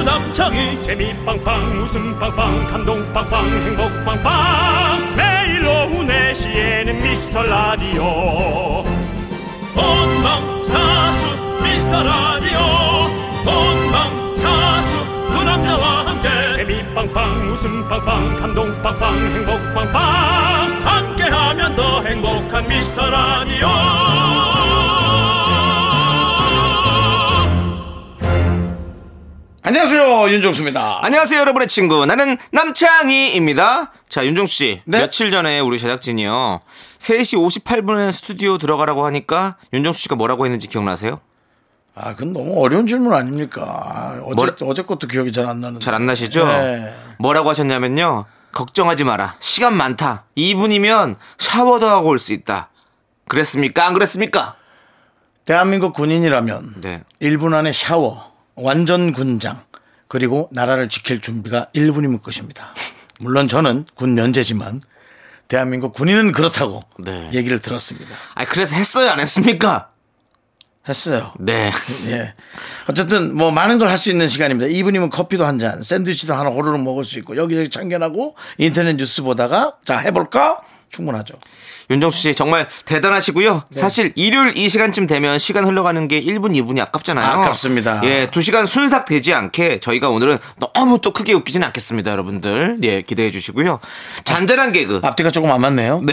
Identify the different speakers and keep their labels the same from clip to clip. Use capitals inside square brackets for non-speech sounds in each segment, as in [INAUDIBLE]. Speaker 1: 반짝이
Speaker 2: 재미 빵빵 웃음 빵빵 감동 빵빵 행복 빵빵 매일 오후 네시에는 미스터 라디오
Speaker 1: 본방사수 미스터 라디오 본방사수 그 남자와 함께
Speaker 2: 재미 빵빵 웃음 빵빵 감동 빵빵 행복 빵빵
Speaker 1: 함께하면 더 행복한 미스터 라디오
Speaker 3: 안녕하세요 윤정수입니다.
Speaker 4: 안녕하세요, 여러분의 친구. 나는 남창희입니다. 자, 윤종수 씨.
Speaker 3: 네?
Speaker 4: 며칠 전에 우리 제작진이요. 3시 58분에 스튜디오 들어가라고 하니까 윤종수 씨가 뭐라고 했는지 기억나세요?
Speaker 3: 아 그건 너무 어려운 질문 아닙니까? 아, 어제
Speaker 4: 뭘-
Speaker 3: 어제 것도 기억이 잘 안 나는데
Speaker 4: 잘 안 나시죠?
Speaker 3: 네.
Speaker 4: 뭐라고 하셨냐면요. 걱정하지 마라. 시간 많다. 2분이면 샤워도 하고 올 수 있다. 그랬습니까? 안 그랬습니까?
Speaker 3: 대한민국 군인이라면
Speaker 4: 네.
Speaker 3: 1분 안에 샤워, 완전 군장, 그리고 나라를 지킬 준비가 1분이면 [LAUGHS] 끝입니다. 물론 저는 군 연재지만 대한민국 군인은 그렇다고
Speaker 4: 네.
Speaker 3: 얘기를 들었습니다.
Speaker 4: 아, 그래서 했어요, 안 했습니까?
Speaker 3: 했어요.
Speaker 4: 네.
Speaker 3: 예. 어쨌든 뭐 많은 걸 할 수 있는 시간입니다. 이분이면 커피도 한 잔, 샌드위치도 하나 호로록 먹을 수 있고 여기저기 참견하고 인터넷 뉴스 보다가 자 해볼까 충분하죠.
Speaker 4: 윤정수 씨 정말 대단하시고요.
Speaker 3: 네.
Speaker 4: 사실 일요일 이 시간쯤 되면 시간 흘러가는 게 1분, 2분이 아깝잖아요.
Speaker 3: 아깝습니다.
Speaker 4: 예, 2시간 순삭 되지 않게 저희가 오늘은 너무 또 크게 웃기진 않겠습니다, 여러분들. 예, 기대해 주시고요. 잔잔한 개그.
Speaker 3: 앞뒤가 조금 안 맞네요.
Speaker 4: [LAUGHS] 네.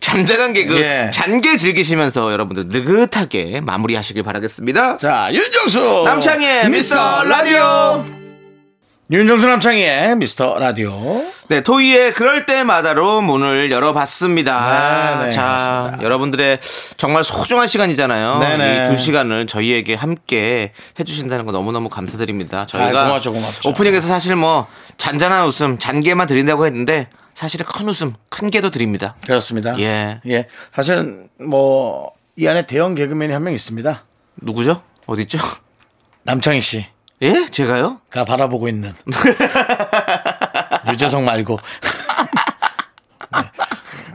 Speaker 4: 잔잔한 개그.
Speaker 3: 예.
Speaker 4: 잔게 즐기시면서 여러분들 느긋하게 마무리하시길 바라겠습니다.
Speaker 3: 자 윤정수
Speaker 4: 남창희의 미스터 라디오.
Speaker 3: 윤정수 남창희의 미스터 라디오.
Speaker 4: 네, 토이의 그럴 때마다로 문을 열어봤습니다.
Speaker 3: 네, 네,
Speaker 4: 자,
Speaker 3: 맞습니다.
Speaker 4: 여러분들의 정말 소중한 시간이잖아요.
Speaker 3: 네, 네.
Speaker 4: 이 두 시간을 저희에게 함께 해주신다는 거 너무너무 감사드립니다. 저희가
Speaker 3: 아, 고맙죠, 고맙죠.
Speaker 4: 오프닝에서 사실 뭐 잔잔한 웃음, 잔개만 드린다고 했는데 사실은 큰 웃음, 큰 개도 드립니다.
Speaker 3: 그렇습니다.
Speaker 4: 예.
Speaker 3: 예. 사실은 뭐 이 안에 대형 개그맨이 한 명 있습니다.
Speaker 4: 누구죠? 어딨죠?
Speaker 3: 남창희 씨가
Speaker 4: 예? 제가요?
Speaker 3: 바라보고
Speaker 4: [LAUGHS]
Speaker 3: 있는 유재석 말고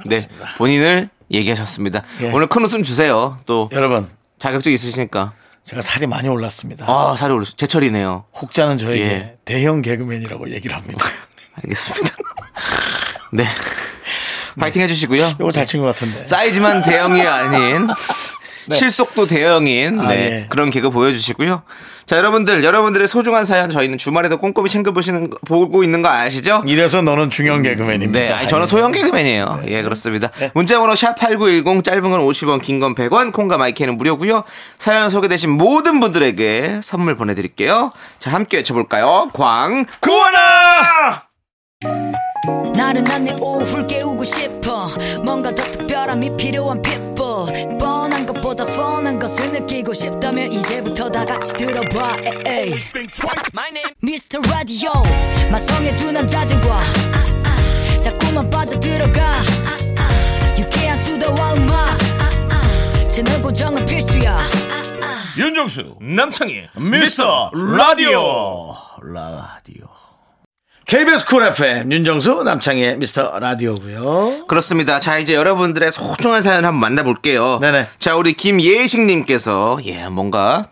Speaker 4: 네. 본인을 얘기하셨습니다.
Speaker 3: 예.
Speaker 4: 오늘 큰 웃음 주세요. 또
Speaker 3: 여러분
Speaker 4: 자격증 있으시니까.
Speaker 3: 제가 살이 많이 올랐습니다.
Speaker 4: 아, 살이 오르 제철이네요.
Speaker 3: 혹자는 저에게
Speaker 4: 예.
Speaker 3: 대형 개그맨이라고 얘기를
Speaker 4: [LAUGHS]
Speaker 3: 합니다.
Speaker 4: 알겠습니다. [LAUGHS] 네. 파이팅 해주시고요.
Speaker 3: 이거 잘 친 것 같은데.
Speaker 4: 사이즈만 대형이 아닌 네. 실속도 대형인
Speaker 3: 아,
Speaker 4: 네,
Speaker 3: 예.
Speaker 4: 그런 개그 보여주시고요. 자 여러분들 여러분들의 소중한 사연 저희는 주말에도 꼼꼼히 챙겨 보시는 보고 있는 거 아시죠?
Speaker 3: 이래서 너는 중형 개그맨입니다.
Speaker 4: 네, 아니, 저는 소형 개그맨이에요. 예, 그렇습니다.
Speaker 3: 네.
Speaker 4: 문자번호 샵8910 짧은 건 50원, 긴 건 100원, 콩과 마이크는 무료고요. 사연 소개되신 모든 분들에게 선물 보내드릴게요. 자, 함께 외쳐볼까요? 광, 구원아!
Speaker 5: 나른한 내 오후를 깨우고 싶어 뭔가 더 특별함이 필요한 people 뻔한 것보다 뻔한 것을 느끼고 싶다면 이제부터 다 같이 들어봐 에이. Mr. Radio 마성의 두 남자들과 자꾸만 빠져들어가 유쾌한 수다와 음악 채널 고정은 필수야
Speaker 1: 윤정수 남창희
Speaker 3: 미스터 라디오. 라디오. KBS 쿨 FM 윤정수 남창희의 미스터 라디오고요.
Speaker 4: 그렇습니다. 자, 이제 여러분들의 소중한 사연 한번 만나볼게요.
Speaker 3: 네네.
Speaker 4: 자, 우리 김예식님께서, 예, 뭔가,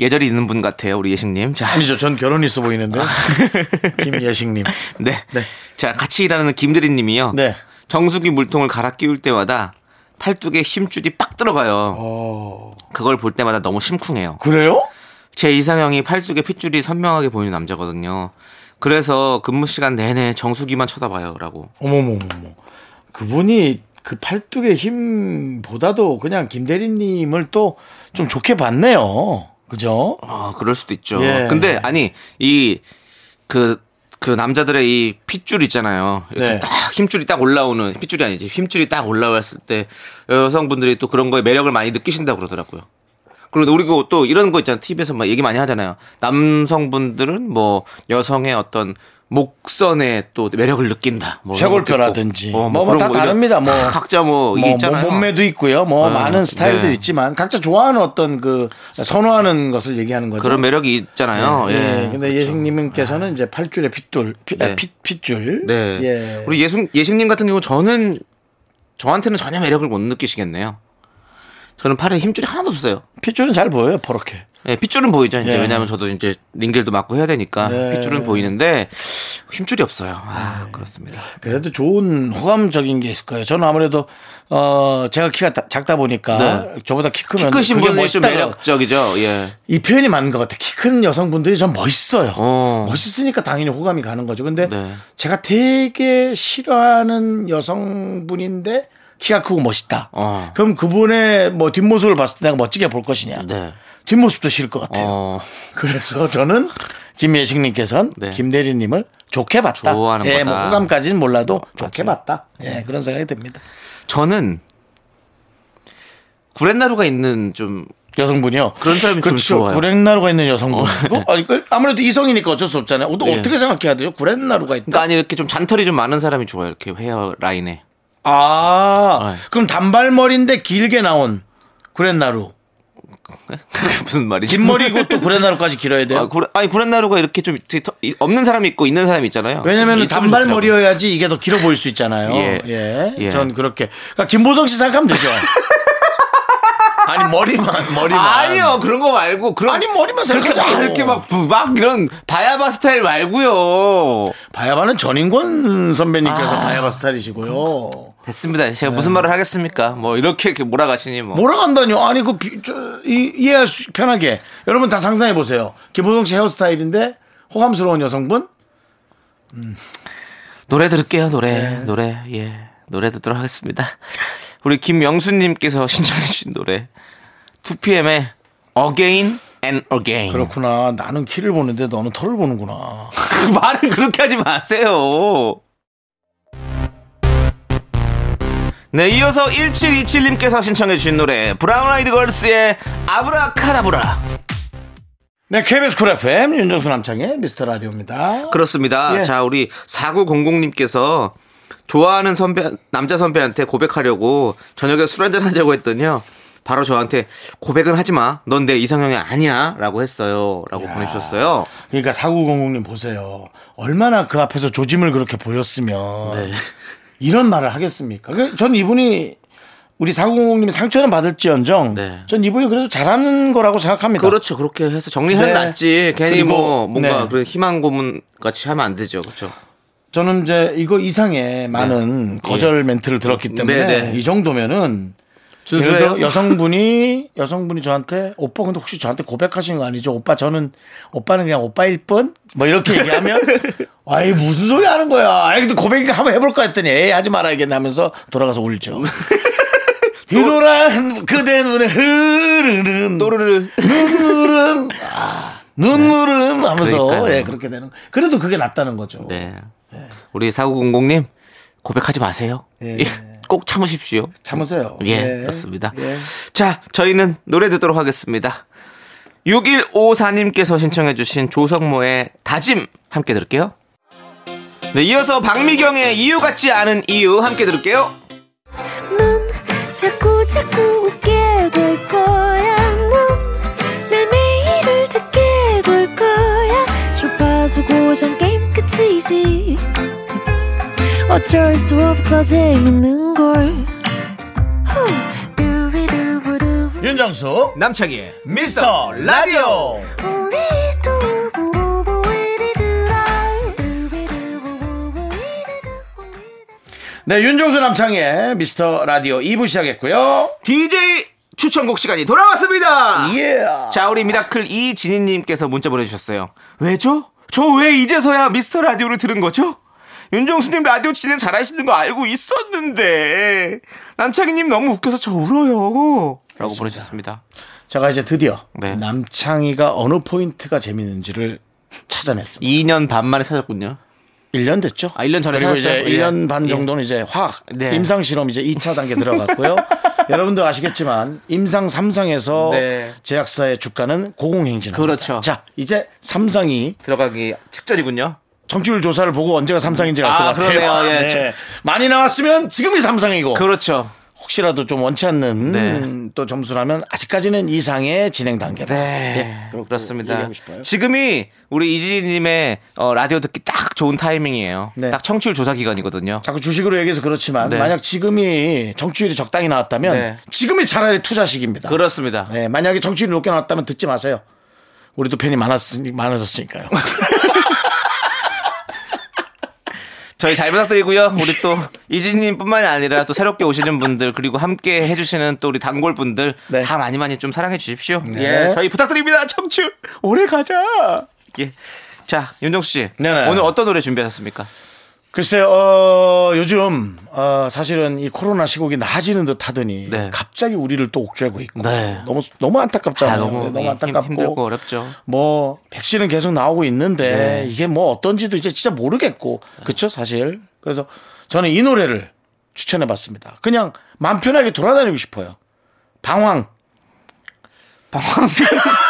Speaker 4: 예절이 있는 분 같아요, 우리 예식님. 자, [LAUGHS]
Speaker 3: 아니죠. 전 결혼 있어 보이는데. 아, [LAUGHS] 김예식님.
Speaker 4: 네.
Speaker 3: 네.
Speaker 4: 자, 같이 일하는 김대리님이요.
Speaker 3: 네.
Speaker 4: 정수기 물통을 갈아 끼울 때마다 팔뚝에 힘줄이 빡 들어가요. 그걸 볼 때마다 너무 심쿵해요.
Speaker 3: 그래요?
Speaker 4: 제 이상형이 팔뚝에 핏줄이 선명하게 보이는 남자거든요. 그래서 근무 시간 내내 정수기만 쳐다봐요라고.
Speaker 3: 어머머머머. 그분이 그 팔뚝의 힘보다도 그냥 김대리님을 또 좀 좋게 봤네요. 그죠?
Speaker 4: 아, 그럴 수도 있죠.
Speaker 3: 예.
Speaker 4: 근데 아니 이 그, 그 남자들의 이 핏줄 있잖아요. 이렇게
Speaker 3: 네.
Speaker 4: 딱 힘줄이 딱 올라오는 핏줄이 아니지. 힘줄이 딱 올라왔을 때 여성분들이 또 그런 거에 매력을 많이 느끼신다고 그러더라고요. 그리고 우리 그또 이런 거 있잖아요. TV에서 막 얘기 많이 하잖아요. 남성분들은 뭐 여성의 어떤 목선에 또 매력을 느낀다. 뭐 이런
Speaker 3: 쇄골뼈라든지
Speaker 4: 것도 있고.
Speaker 3: 뭐
Speaker 4: 어,
Speaker 3: 뭐
Speaker 4: 그런
Speaker 3: 다
Speaker 4: 거 이런
Speaker 3: 다릅니다. 뭐
Speaker 4: 각자 뭐, 이게
Speaker 3: 뭐,
Speaker 4: 있잖아요.
Speaker 3: 뭐 몸매도 있고요. 뭐
Speaker 4: 어,
Speaker 3: 많은 스타일들
Speaker 4: 네.
Speaker 3: 있지만 각자 좋아하는 어떤 그 선호하는 것을 얘기하는 거죠.
Speaker 4: 그런 매력이 있잖아요.
Speaker 3: 예.
Speaker 4: 예.
Speaker 3: 근데 예식님께서는 이제 팔줄에 핏줄, 피,
Speaker 4: 네.
Speaker 3: 아, 핏, 핏줄.
Speaker 4: 네.
Speaker 3: 예.
Speaker 4: 우리 예승 예식님 같은 경우 저는 저한테는 전혀 매력을 못 느끼시겠네요. 저는 팔에 힘줄이 하나도 없어요.
Speaker 3: 핏줄은 잘 보여요, 그렇게.
Speaker 4: 예, 핏줄은 보이죠. 이제
Speaker 3: 예.
Speaker 4: 왜냐하면 저도 이제 링겔도 맞고 해야 되니까
Speaker 3: 네.
Speaker 4: 핏줄은 보이는데 힘줄이 없어요. 아 그렇습니다.
Speaker 3: 그래도 좋은 호감적인 게 있을 거예요. 저는 아무래도 어 제가 키가 다- 작다 보니까 저보다 키 크면
Speaker 4: 네. 키 크신
Speaker 3: 그러니까 그게
Speaker 4: 분이 좀
Speaker 3: 멋있다.
Speaker 4: 매력적이죠. 예.
Speaker 3: 이 표현이 맞는 것 같아. 요 키 큰 여성분들이 전 멋있어요.
Speaker 4: 어.
Speaker 3: 멋있으니까 당연히 호감이 가는 거죠. 근데
Speaker 4: 네.
Speaker 3: 제가 되게 싫어하는 여성분인데 키가 크고 멋있다.
Speaker 4: 어.
Speaker 3: 그럼 그분의 뭐 뒷모습을 봤을 때 내가 멋지게 볼 것이냐.
Speaker 4: 네.
Speaker 3: 뒷모습도 싫을 것 같아요.
Speaker 4: 어.
Speaker 3: 그래서 저는 김예식님께서는
Speaker 4: 네.
Speaker 3: 김대리님을 좋게 봤다.
Speaker 4: 좋아하는
Speaker 3: 예, 뭐
Speaker 4: 거다. 어,
Speaker 3: 호감까지는 몰라도 좋게
Speaker 4: 맞아요. 네.
Speaker 3: 봤다. 예, 그런 생각이 듭니다.
Speaker 4: 저는 구렛나루가 있는 좀
Speaker 3: 여성분이요.
Speaker 4: 그런 사람이 좀
Speaker 3: 그쵸.
Speaker 4: 좋아요.
Speaker 3: 구렛나루가 있는 여성분. 어, 아니, 그, 아무래도 이성이니까 어쩔 수 없잖아요. 어, 또
Speaker 4: 예.
Speaker 3: 어떻게 생각해야 돼요? 구렛나루가
Speaker 4: 그러니까
Speaker 3: 있다.
Speaker 4: 아니 이렇게 좀 잔털이 좀 많은 사람이 좋아요. 이렇게 헤어 라인에. [LAUGHS]
Speaker 3: 아,
Speaker 4: 네.
Speaker 3: 그럼 단발머리인데 길게 나온 구렛나루.
Speaker 4: 그게 무슨 말이지?
Speaker 3: 뒷머리고 또 구렛나루까지 길어야 돼요.
Speaker 4: 아, 구레, 아니 구렛나루가 이렇게 좀 되게 터- 이- 없는 사람이 있고 있는 사람이 있잖아요.
Speaker 3: 왜냐면
Speaker 4: 있으면 좋더라고요.
Speaker 3: 단발머리여야지 이게 더 길어 보일 수 있잖아요. 예.
Speaker 4: 예. 예.
Speaker 3: 전 그렇게. 그러니까 김보성 씨 생각하면
Speaker 4: [LAUGHS]
Speaker 3: 되죠. 아니 머리만 머리만.
Speaker 4: 아니요 그런 거 말고 그런
Speaker 3: 아니, 머리만
Speaker 4: 그렇게 막
Speaker 3: 생각하자고.
Speaker 4: 이렇게 막 부- 막 이런 바야바 스타일 말고요.
Speaker 3: 바야바는 전인권 선배님께서
Speaker 4: 아.
Speaker 3: 바야바 스타일이시고요.
Speaker 4: 됐습니다.
Speaker 3: 네.
Speaker 4: 제가 무슨 말을 하겠습니까? 뭐 이렇게 이렇게 몰아가시니 뭐.
Speaker 3: 몰아간다뇨. 아니 그 비, 저, 이, 이해할 수 편하게 여러분 다 상상해 보세요. 김보성 씨 헤어스타일인데 호감스러운 여성분
Speaker 4: 노래 들을게요 노래
Speaker 3: 네.
Speaker 4: 노래 예 노래 듣도록 하겠습니다 우리 김영수님께서 신청해주신 노래 2PM의 Again and Again
Speaker 3: 그렇구나. 나는 키를 보는데 너는 털을 보는구나.
Speaker 4: 그 말을 그렇게 하지 마세요 네 이어서 1727님께서 신청해주신 노래 브라운 아이드 걸스의 아브라카다브라
Speaker 3: 네, KBS 쿨 FM 윤정수 남창의 미스터 라디오입니다.
Speaker 4: 그렇습니다.
Speaker 3: 예.
Speaker 4: 자, 우리 4900님께서 좋아하는 선배, 남자 선배한테 고백하려고 저녁에 술 한잔 하자고 했더니요. 바로 저한테 고백은 하지 마. 넌 내 이상형이 아니야. 라고 했어요. 라고 보내주셨어요.
Speaker 3: 그러니까 사구공공님 보세요. 얼마나 그 앞에서 조짐을 그렇게 보였으면
Speaker 4: 네.
Speaker 3: 이런 말을 하겠습니까? 그, 전 이분이 우리 사구공공님이 상처는 받을지언정
Speaker 4: 네.
Speaker 3: 전 이분이 그래도 잘하는 거라고 생각합니다.
Speaker 4: 그렇죠. 그렇게 해서 정리하면
Speaker 3: 그러니까. 네.
Speaker 4: 낫지. 괜히
Speaker 3: 그리고,
Speaker 4: 뭐, 뭔가
Speaker 3: 네.
Speaker 4: 그런 희망 고문 같이 하면 안 되죠. 그렇죠.
Speaker 3: 저는 이제 이거 이상의 많은 거절 멘트를 들었기 때문에
Speaker 4: 예. 네, 네.
Speaker 3: 이 정도면은 예를 들어 여성분이 여성분이 저한테 오빠 근데 혹시 저한테 고백하시는 거 아니죠? 오빠 저는 오빠는 그냥 오빠일 뿐 뭐 이렇게
Speaker 4: [LAUGHS]
Speaker 3: 얘기하면 아이 무슨 소리 하는 거야? 아이 근데 고백 한번 해볼까 했더니 에이 하지 말아야겠네 하면서 돌아가서
Speaker 4: [LAUGHS]
Speaker 3: 울죠. 뒤돌아 그대 눈에 흐르는
Speaker 4: 또르르.
Speaker 3: 눈물은 아, 눈물은 하면서
Speaker 4: 네. 그러니까요.
Speaker 3: 예 그렇게 되는 거. 그래도 그게 낫다는 거죠.
Speaker 4: 네. 우리 4900님, 고백하지 마세요.
Speaker 3: 예.
Speaker 4: 예. 꼭 참으십시오.
Speaker 3: 참으세요.
Speaker 4: 예, 그렇습니다.
Speaker 3: 예.
Speaker 4: 자, 저희는 노래 듣도록 하겠습니다. 6154님께서 신청해주신 조성모의 다짐 함께 들을게요. 네, 이어서 박미경의 이유 같지 않은 이유 함께 들을게요.
Speaker 6: 넌 자꾸 자꾸 웃게 될 거야. 넌내 매일을 듣게 될 거야. 주파수 고정 게임 끝이지. 어쩔 수 없어 재밌는 걸. 후. 두비두부두.
Speaker 3: 윤정수
Speaker 4: 남창희의
Speaker 3: 미스터 라디오
Speaker 6: 우리 두부부부 우리들아. 두비두부부부 우리들아.
Speaker 3: 네, 윤종수 남창의 미스터 라디오 2부 시작했고요.
Speaker 4: DJ 추천곡 시간이 돌아왔습니다.
Speaker 3: 예.
Speaker 4: 자, 우리 미라클 이진희님께서 문자 보내주셨어요. 왜죠? 저 왜 이제서야 미스터 라디오를 들은 거죠? 윤정수님 라디오 진행 잘하시는 거 알고 있었는데 남창희님 너무 웃겨서 저 울어요. 라고 보내주셨습니다.
Speaker 3: 제가 이제 드디어
Speaker 4: 네.
Speaker 3: 남창희가 어느 포인트가 재밌는지를 찾아냈습니다.
Speaker 4: 2년 반 만에 찾았군요.
Speaker 3: 1년 됐죠?
Speaker 4: 아, 1년 전에
Speaker 3: 그리고 이제
Speaker 4: 찾았어요? 예.
Speaker 3: 1년 반
Speaker 4: 예.
Speaker 3: 정도는 이제 화학
Speaker 4: 네.
Speaker 3: 임상 실험 이제 2차 단계 들어갔고요.
Speaker 4: [LAUGHS]
Speaker 3: 여러분도 아시겠지만 임상 3상에서
Speaker 4: 네.
Speaker 3: 제약사의 주가는 고공행진.
Speaker 4: 그렇죠.
Speaker 3: 자, 이제 3상이
Speaker 4: 들어가기 직전이군요.
Speaker 3: 정치율 조사를 보고 언제가 3상인지 알 것
Speaker 4: 아,
Speaker 3: [LAUGHS] 같아요.
Speaker 4: 그러네요. 예.
Speaker 3: 네. 많이 나왔으면 지금이 3상이고
Speaker 4: 그렇죠.
Speaker 3: 혹시라도 좀 원치 않는
Speaker 4: 네.
Speaker 3: 또 점수라면 아직까지는 이상의 진행 단계다.
Speaker 4: 네,
Speaker 3: 예, 그렇고
Speaker 4: 그렇습니다.
Speaker 3: 얘기하고 싶어요.
Speaker 4: 지금이 우리 이지님의 어, 라디오 듣기 딱 좋은 타이밍이에요.
Speaker 3: 네.
Speaker 4: 딱 청취율 조사 기간이거든요.
Speaker 3: 자꾸 주식으로 얘기해서 그렇지만
Speaker 4: 네.
Speaker 3: 만약 지금이 정치율이 적당히 나왔다면
Speaker 4: 네.
Speaker 3: 지금이 차라리 투자식입니다.
Speaker 4: 그렇습니다.
Speaker 3: 네, 만약에 정치율이 높게 나왔다면 듣지 마세요. 우리도 팬이 많았으니
Speaker 4: [LAUGHS]
Speaker 3: 많아졌으니까요.
Speaker 4: 저희 잘 부탁드리고요. 우리 또 이지님뿐만이 아니라 또 새롭게 오시는 분들 그리고 함께 해주시는 또 우리 단골 분들
Speaker 3: 네.
Speaker 4: 다 많이 많이 좀 사랑해 주십시오.
Speaker 3: 네.
Speaker 4: 예, 저희 부탁드립니다. 청취율 오래 가자. 예. 자, 윤정수 씨
Speaker 3: 네네.
Speaker 4: 오늘 어떤 노래 준비하셨습니까?
Speaker 3: 글쎄요, 어, 요즘 어, 사실은 이 코로나 시국이 나아지는 듯 하더니
Speaker 4: 네.
Speaker 3: 갑자기 우리를 또 옥죄고 있고
Speaker 4: 네.
Speaker 3: 너무 너무 안타깝잖아요.
Speaker 4: 아, 너무,
Speaker 3: 네,
Speaker 4: 힘-
Speaker 3: 안타깝고
Speaker 4: 힘들고 어렵죠. 네.
Speaker 3: 뭐 백신은 계속 나오고 있는데 이게 뭐 어떤지도 이제 진짜 모르겠고 그렇죠 사실. 그래서 저는 이 노래를 추천해봤습니다. 그냥 마음 편하게 돌아다니고 싶어요. 방황. 방황. [LAUGHS]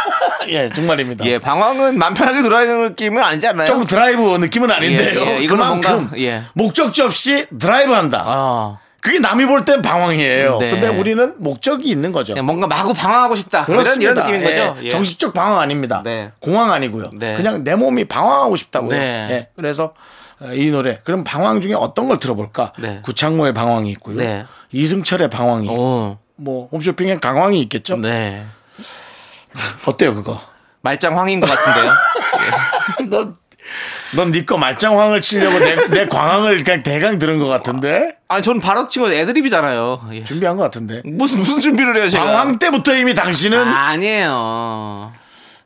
Speaker 3: 예, 정말입니다.
Speaker 4: 예, 방황은 맘 편하게 돌아다니는 느낌은 아니지 않나요?
Speaker 3: 조금 드라이브 느낌은 아닌데요.
Speaker 4: 네. 예, 예, 이거는
Speaker 3: 그만큼
Speaker 4: 뭔가, 예.
Speaker 3: 목적지 없이 드라이브한다.
Speaker 4: 아,
Speaker 3: 그게 남이 볼 땐 방황이에요.
Speaker 4: 네.
Speaker 3: 근데 우리는 목적이 있는 거죠.
Speaker 4: 그냥 뭔가 마구 방황하고 싶다. 이런-
Speaker 3: 그렇습니다.
Speaker 4: 이런
Speaker 3: 예,
Speaker 4: 느낌인 거죠. 예.
Speaker 3: 정신적 방황 아닙니다.
Speaker 4: 네.
Speaker 3: 공황 아니고요.
Speaker 4: 네.
Speaker 3: 그냥 내 몸이 방황하고 싶다고요.
Speaker 4: 네.
Speaker 3: 예, 그래서 어, 이 노래. 그럼 방황 중에 어떤 걸 들어볼까?
Speaker 4: 네.
Speaker 3: 구창모의 방황이 있고요.
Speaker 4: 네.
Speaker 3: 이승철의 방황이. 있고
Speaker 4: 오,
Speaker 3: 뭐 홈쇼핑의 강황이 있겠죠.
Speaker 4: 어, 네.
Speaker 3: 어때요 그거? [LAUGHS]
Speaker 4: 말짱 황인 것 같은데요.
Speaker 3: 넌넌니거 말짱황을 치려고 내, 내 광황을 그냥 대강 들은 것 같은데
Speaker 4: [LAUGHS] 아니, 저는 바로 치고 애드립이잖아요. 예.
Speaker 3: 준비한 것 같은데.
Speaker 4: 무슨 무슨 준비를 해요, 제가? 아.
Speaker 3: 방황 아, 때부터 이미 당신은
Speaker 4: 아니에요.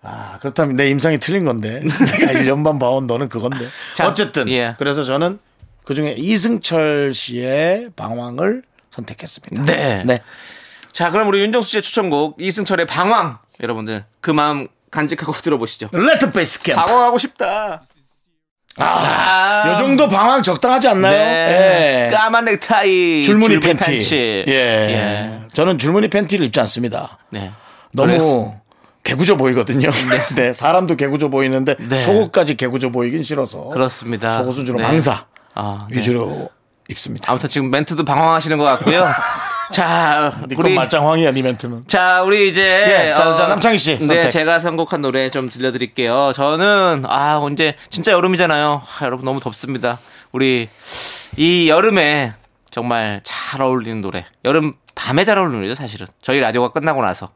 Speaker 3: 아, 그렇다면 내 임상이 틀린 건데. 내가 1년만 봐온 너는 그건데.
Speaker 4: [LAUGHS] 자,
Speaker 3: 어쨌든.
Speaker 4: 예.
Speaker 3: 그래서 저는 그 중에 이승철 씨의 방황을 선택했습니다.
Speaker 4: 네.
Speaker 3: 네.
Speaker 4: 자, 그럼 우리 윤정수 씨의 추천곡 이승철의 방황 여러분들 그 마음 간직하고 [LAUGHS] 들어보시죠.
Speaker 3: 레트 베이스 캠.
Speaker 4: 방황하고 싶다. 아,
Speaker 3: 요 정도 방황 적당하지 않나요?
Speaker 4: 네.
Speaker 3: 예.
Speaker 4: 까만 넥타이,
Speaker 3: 줄무늬 팬티.
Speaker 4: 팬츠.
Speaker 3: 예.
Speaker 4: 예.
Speaker 3: 저는 줄무늬 팬티를 입지 않습니다.
Speaker 4: 네.
Speaker 3: 너무
Speaker 4: 그래요?
Speaker 3: 개구져
Speaker 4: [LAUGHS]
Speaker 3: 보이거든요. 네. 사람도 개구져 보이는데
Speaker 4: 네.
Speaker 3: 속옷까지 개구져 보이긴 싫어서.
Speaker 4: 그렇습니다.
Speaker 3: 속옷은 주로
Speaker 4: 네.
Speaker 3: 망사
Speaker 4: 아, 네.
Speaker 3: 위주로 입습니다.
Speaker 4: 아무튼 지금 멘트도 방황하시는
Speaker 3: [LAUGHS]
Speaker 4: 것 같고요. 자,
Speaker 3: 니콘
Speaker 4: 우리
Speaker 3: 말짱황이야, 니 멘트는.
Speaker 4: 자, 우리 이제
Speaker 3: 예, 자, 자, 남창희 씨
Speaker 4: 네,
Speaker 3: 선택.
Speaker 4: 제가 선곡한 노래 좀 들려드릴게요. 저는 아 언제 진짜 여름이잖아요. 아, 여러분 너무 덥습니다. 우리 이 여름에 정말 잘 어울리는 노래. 여름 밤에 잘 어울리는 노래죠, 사실은. 저희 라디오가 끝나고 나서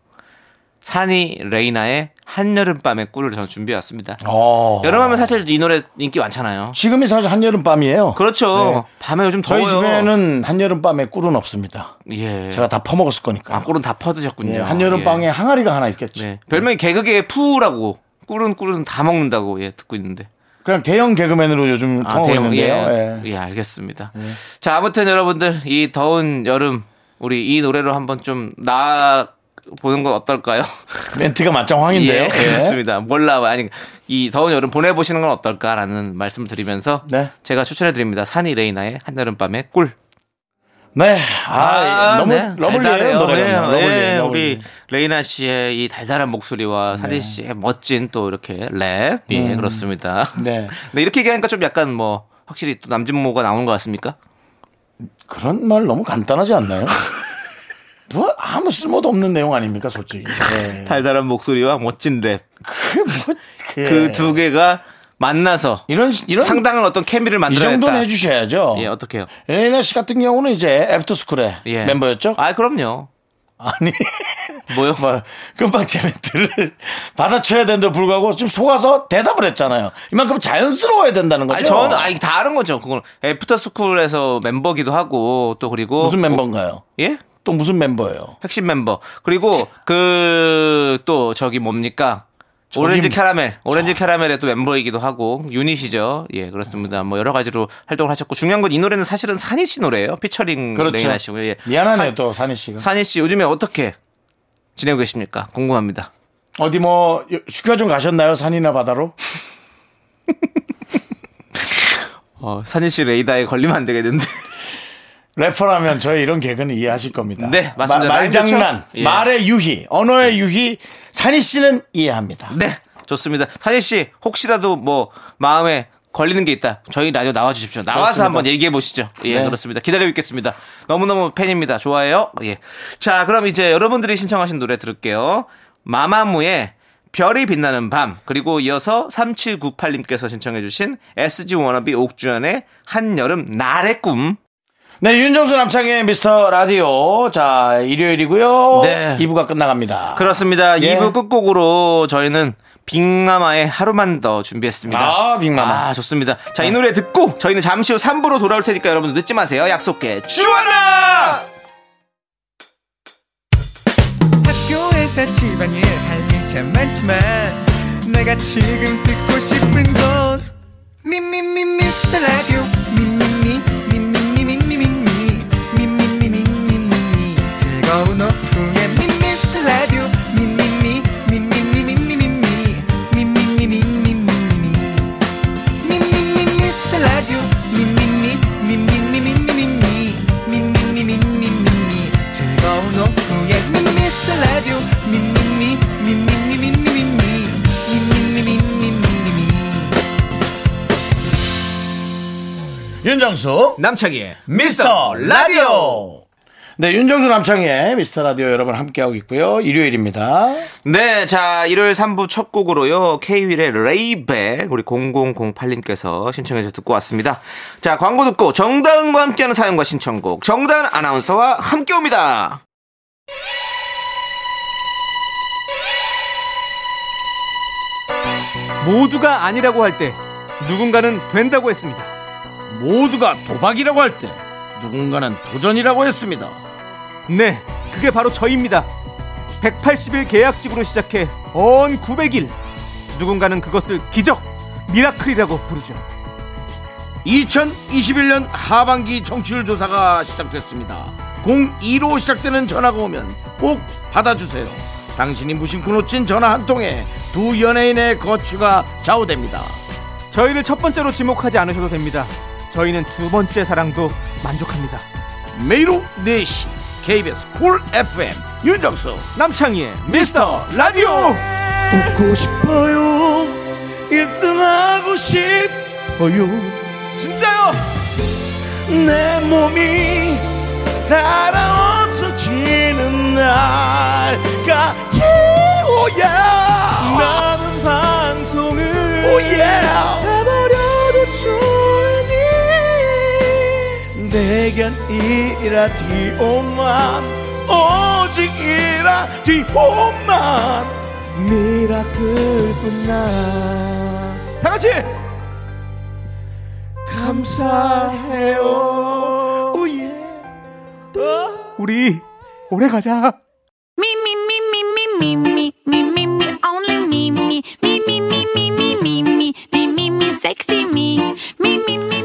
Speaker 4: 산이 레이나의 한여름 밤의 꿀을 저는 준비해 왔습니다.
Speaker 3: 어.
Speaker 4: 여름하면 사실 이 노래 인기 많잖아요.
Speaker 3: 지금이 사실 한여름 밤이에요.
Speaker 4: 그렇죠. 밤에 요즘
Speaker 3: 네. 저희
Speaker 4: 더워요.
Speaker 3: 집에는 한여름 밤에 꿀은 없습니다.
Speaker 4: 예.
Speaker 3: 제가 다 퍼먹었을 거니까.
Speaker 4: 아, 꿀은 다 퍼드셨군요.
Speaker 3: 예, 한여름
Speaker 4: 예.
Speaker 3: 밤에 항아리가 하나 있겠지.
Speaker 4: 네. 별명이 개그계의 푸우라고 꿀은 꿀은 다 먹는다고 예 듣고 있는데.
Speaker 3: 그냥 대형 개그맨으로 요즘
Speaker 4: 아,
Speaker 3: 통하고
Speaker 4: 대형,
Speaker 3: 있는데요.
Speaker 4: 예,
Speaker 3: 예.
Speaker 4: 예, 알겠습니다. 자 아무튼 여러분들 이 더운 여름 우리 이 노래로 한번 좀 나아 보는 건 어떨까요?
Speaker 3: 멘트가 맞짱 [LAUGHS] 황인데요.
Speaker 4: 예,
Speaker 3: 예.
Speaker 4: 그렇습니다. 몰라 아니 이 더운 여름 보내보시는 건 어떨까라는 말씀을 드리면서
Speaker 3: 네.
Speaker 4: 제가 추천해드립니다. 산이 레이나의 한여름 밤의 꿀.
Speaker 3: 네. 아, 너무 러블리해요.
Speaker 4: 네. 달달해요.
Speaker 3: 노래가.
Speaker 4: 네,
Speaker 3: 러블리해요, 러블리.
Speaker 4: 네,
Speaker 3: 네.
Speaker 4: 우리 레이나 씨의 이 달달한 목소리와 사진 씨의 멋진 또 이렇게 랩. 예, 그렇습니다.
Speaker 3: 음. [LAUGHS] 네.
Speaker 4: [LAUGHS] 근데 이렇게 얘기하니까 좀 약간 뭐 확실히 또 남진모가 나오는 것 같습니까?
Speaker 3: 그런 말 너무 간단하지 않나요? 뭐 아무 쓸모도 없는 내용 아닙니까, 솔직히. 예.
Speaker 4: 달달한 목소리와 멋진 랩.
Speaker 3: 예.
Speaker 4: 그 두 개가 만나서
Speaker 3: 이런 이런
Speaker 4: 상당한 어떤 케미를
Speaker 3: 이
Speaker 4: 만들어냈다.
Speaker 3: 정도는 해 주셔야죠.
Speaker 4: 예, 어떻게요?
Speaker 3: 레이나 씨 같은 경우는 이제 애프터스쿨의
Speaker 4: 예.
Speaker 3: 멤버였죠?
Speaker 4: 아, 그럼요.
Speaker 3: 아니 [LAUGHS]
Speaker 4: 뭐요?
Speaker 3: 뭐 금방 제 멘트를 받아쳐야 된데도 불구하고 좀 속아서 대답을 했잖아요. 이만큼 자연스러워야 된다는 거죠.
Speaker 4: 아니, 저는 아니 다 아는 거죠. 그건 애프터 스쿨에서 멤버기도 하고 또 그리고
Speaker 3: 무슨 멤버인가요?
Speaker 4: 예?
Speaker 3: 또 무슨 멤버예요?
Speaker 4: 핵심 멤버 그리고 그 또 저기 뭡니까 오렌지 캐러멜 오렌지 캐러멜의 또 멤버이기도 하고 유닛이죠 예 그렇습니다 뭐 여러 가지로 활동을 하셨고 중요한 건 이 노래는 사실은 산이 씨 노래예요 피처링 레이나 씨고 예.
Speaker 3: 그렇죠. 미안하네요,
Speaker 4: 산-
Speaker 3: 또 산희 씨가.
Speaker 4: 산이 씨 요즘에 어떻게 지내고 계십니까 궁금합니다
Speaker 3: 어디 뭐 휴가 좀 가셨나요, 산이나 바다로?
Speaker 4: 어 산이 씨 레이다에 걸리면 안 되겠는데
Speaker 3: 래퍼라면 저의 이런 개그는 이해하실 겁니다.
Speaker 4: 네, 맞습니다.
Speaker 3: 마-
Speaker 4: 라임
Speaker 3: 말장난,
Speaker 4: 그렇죠? 예.
Speaker 3: 말의 유희, 언어의 유희, 산희 씨는 이해합니다.
Speaker 4: 네 좋습니다 산이 씨 혹시라도 뭐 마음에 걸리는 게 있다. 저희 라디오 나와 주십시오. 나와서
Speaker 3: 그렇습니다.
Speaker 4: 한번 얘기해 보시죠. 예,
Speaker 3: 네.
Speaker 4: 그렇습니다. 기다리고 있겠습니다. 너무너무 팬입니다. 좋아해요. 예. 자, 그럼 이제 여러분들이 신청하신 노래 들을게요. 마마무의 별이 빛나는 밤 그리고 이어서 3798님께서 신청해 주신 SG 워너비 옥주현의 한여름 날의 꿈
Speaker 3: 네, 윤정수 남창의 미스터 라디오. 자, 일요일이고요.
Speaker 4: 네.
Speaker 3: 2부가 끝나갑니다.
Speaker 4: 그렇습니다.
Speaker 3: 예.
Speaker 4: 2부 끝곡으로 저희는 빅마마의 하루만 더 준비했습니다.
Speaker 3: 아, 빅마마.
Speaker 4: 아, 좋습니다. 자,
Speaker 3: 네.
Speaker 4: 이 노래 듣고 저희는 잠시 후 3부로 돌아올 테니까 여러분 늦지 마세요. 약속해. 주원아!
Speaker 7: 학교에서 집안일 할 일 참 많지만 내가 지금 듣고 싶은 건 미미미 미스터 라디오 미미미 미미미 미미미 미미미 미미미 즐거운 오후에 미스터 라디오 미미미 미미미 미미미 미미미 미미미
Speaker 3: 윤정수
Speaker 4: 남창희의
Speaker 3: 미스터 라디오. 네, 윤정수 남창의 미스터 라디오 여러분 함께하고 있고요. 일요일입니다.
Speaker 4: 네, 자, 일요일 3부 첫 곡으로요. K-윌의 레이백, 우리 0008님께서 신청해서 듣고 왔습니다. 자, 광고 듣고 정다은과 함께하는 사연과 신청곡, 정다은 아나운서와 함께 옵니다. 모두가 아니라고 할 때, 누군가는 된다고 했습니다.
Speaker 3: 모두가 도박이라고 할 때 누군가는 도전이라고 했습니다.
Speaker 8: 네, 그게 바로 저입니다. 180일 계약직으로 시작해 언 900일. 누군가는 그것을 기적, 미라클이라고 부르죠.
Speaker 3: 2021년 하반기 청취율 조사가 시작됐습니다. 02로 시작되는 전화가 오면 꼭 받아주세요. 당신이 무심코 놓친 전화 한 통에 두 연예인의 거취가 좌우됩니다.
Speaker 8: 저희를 첫 번째로 지목하지 않으셔도 됩니다. 저희는 두 번째 사랑도 만족합니다.
Speaker 3: 매일 오후 4시 KBS 쿨 FM 윤정수
Speaker 8: 남창희의
Speaker 3: 미스터 라디오 웃고 싶어요 1등하고 싶어요 진짜요 내 몸이 달아 없어지는 날까지 oh 오야 나는 방송을 Oh 오야 해버려도 좋으니 내겐 이 라디오만 오직 이 라디오만 미라클뿐나
Speaker 8: 다 같이
Speaker 3: 감사해요 오예
Speaker 8: 우리 오래 가자.
Speaker 6: Me, me, me, me, me, me, me, me, me, me, only me, me, me, me, me, me, me, me, me, me, me, me, sexy me, me, me, me.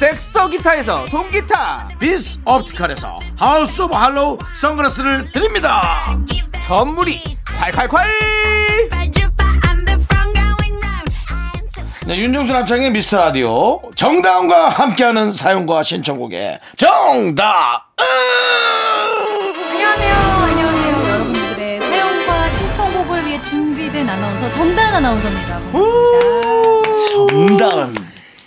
Speaker 8: 덱스터 기타에서 동기타
Speaker 3: 빈스 옵티컬에서 하우스 오브 할로우 선글라스를 드립니다
Speaker 8: 선물이 콸콸콸
Speaker 3: 네, 윤종수 남창의 미스터 라디오 정다운과 함께하는 사연과 신청곡의 정다운
Speaker 9: 안녕하세요. 안녕하세요. 여러분들의 사연과 신청곡을 위해 준비된 아나운서 정다은 아나운서입니다.
Speaker 3: 정다운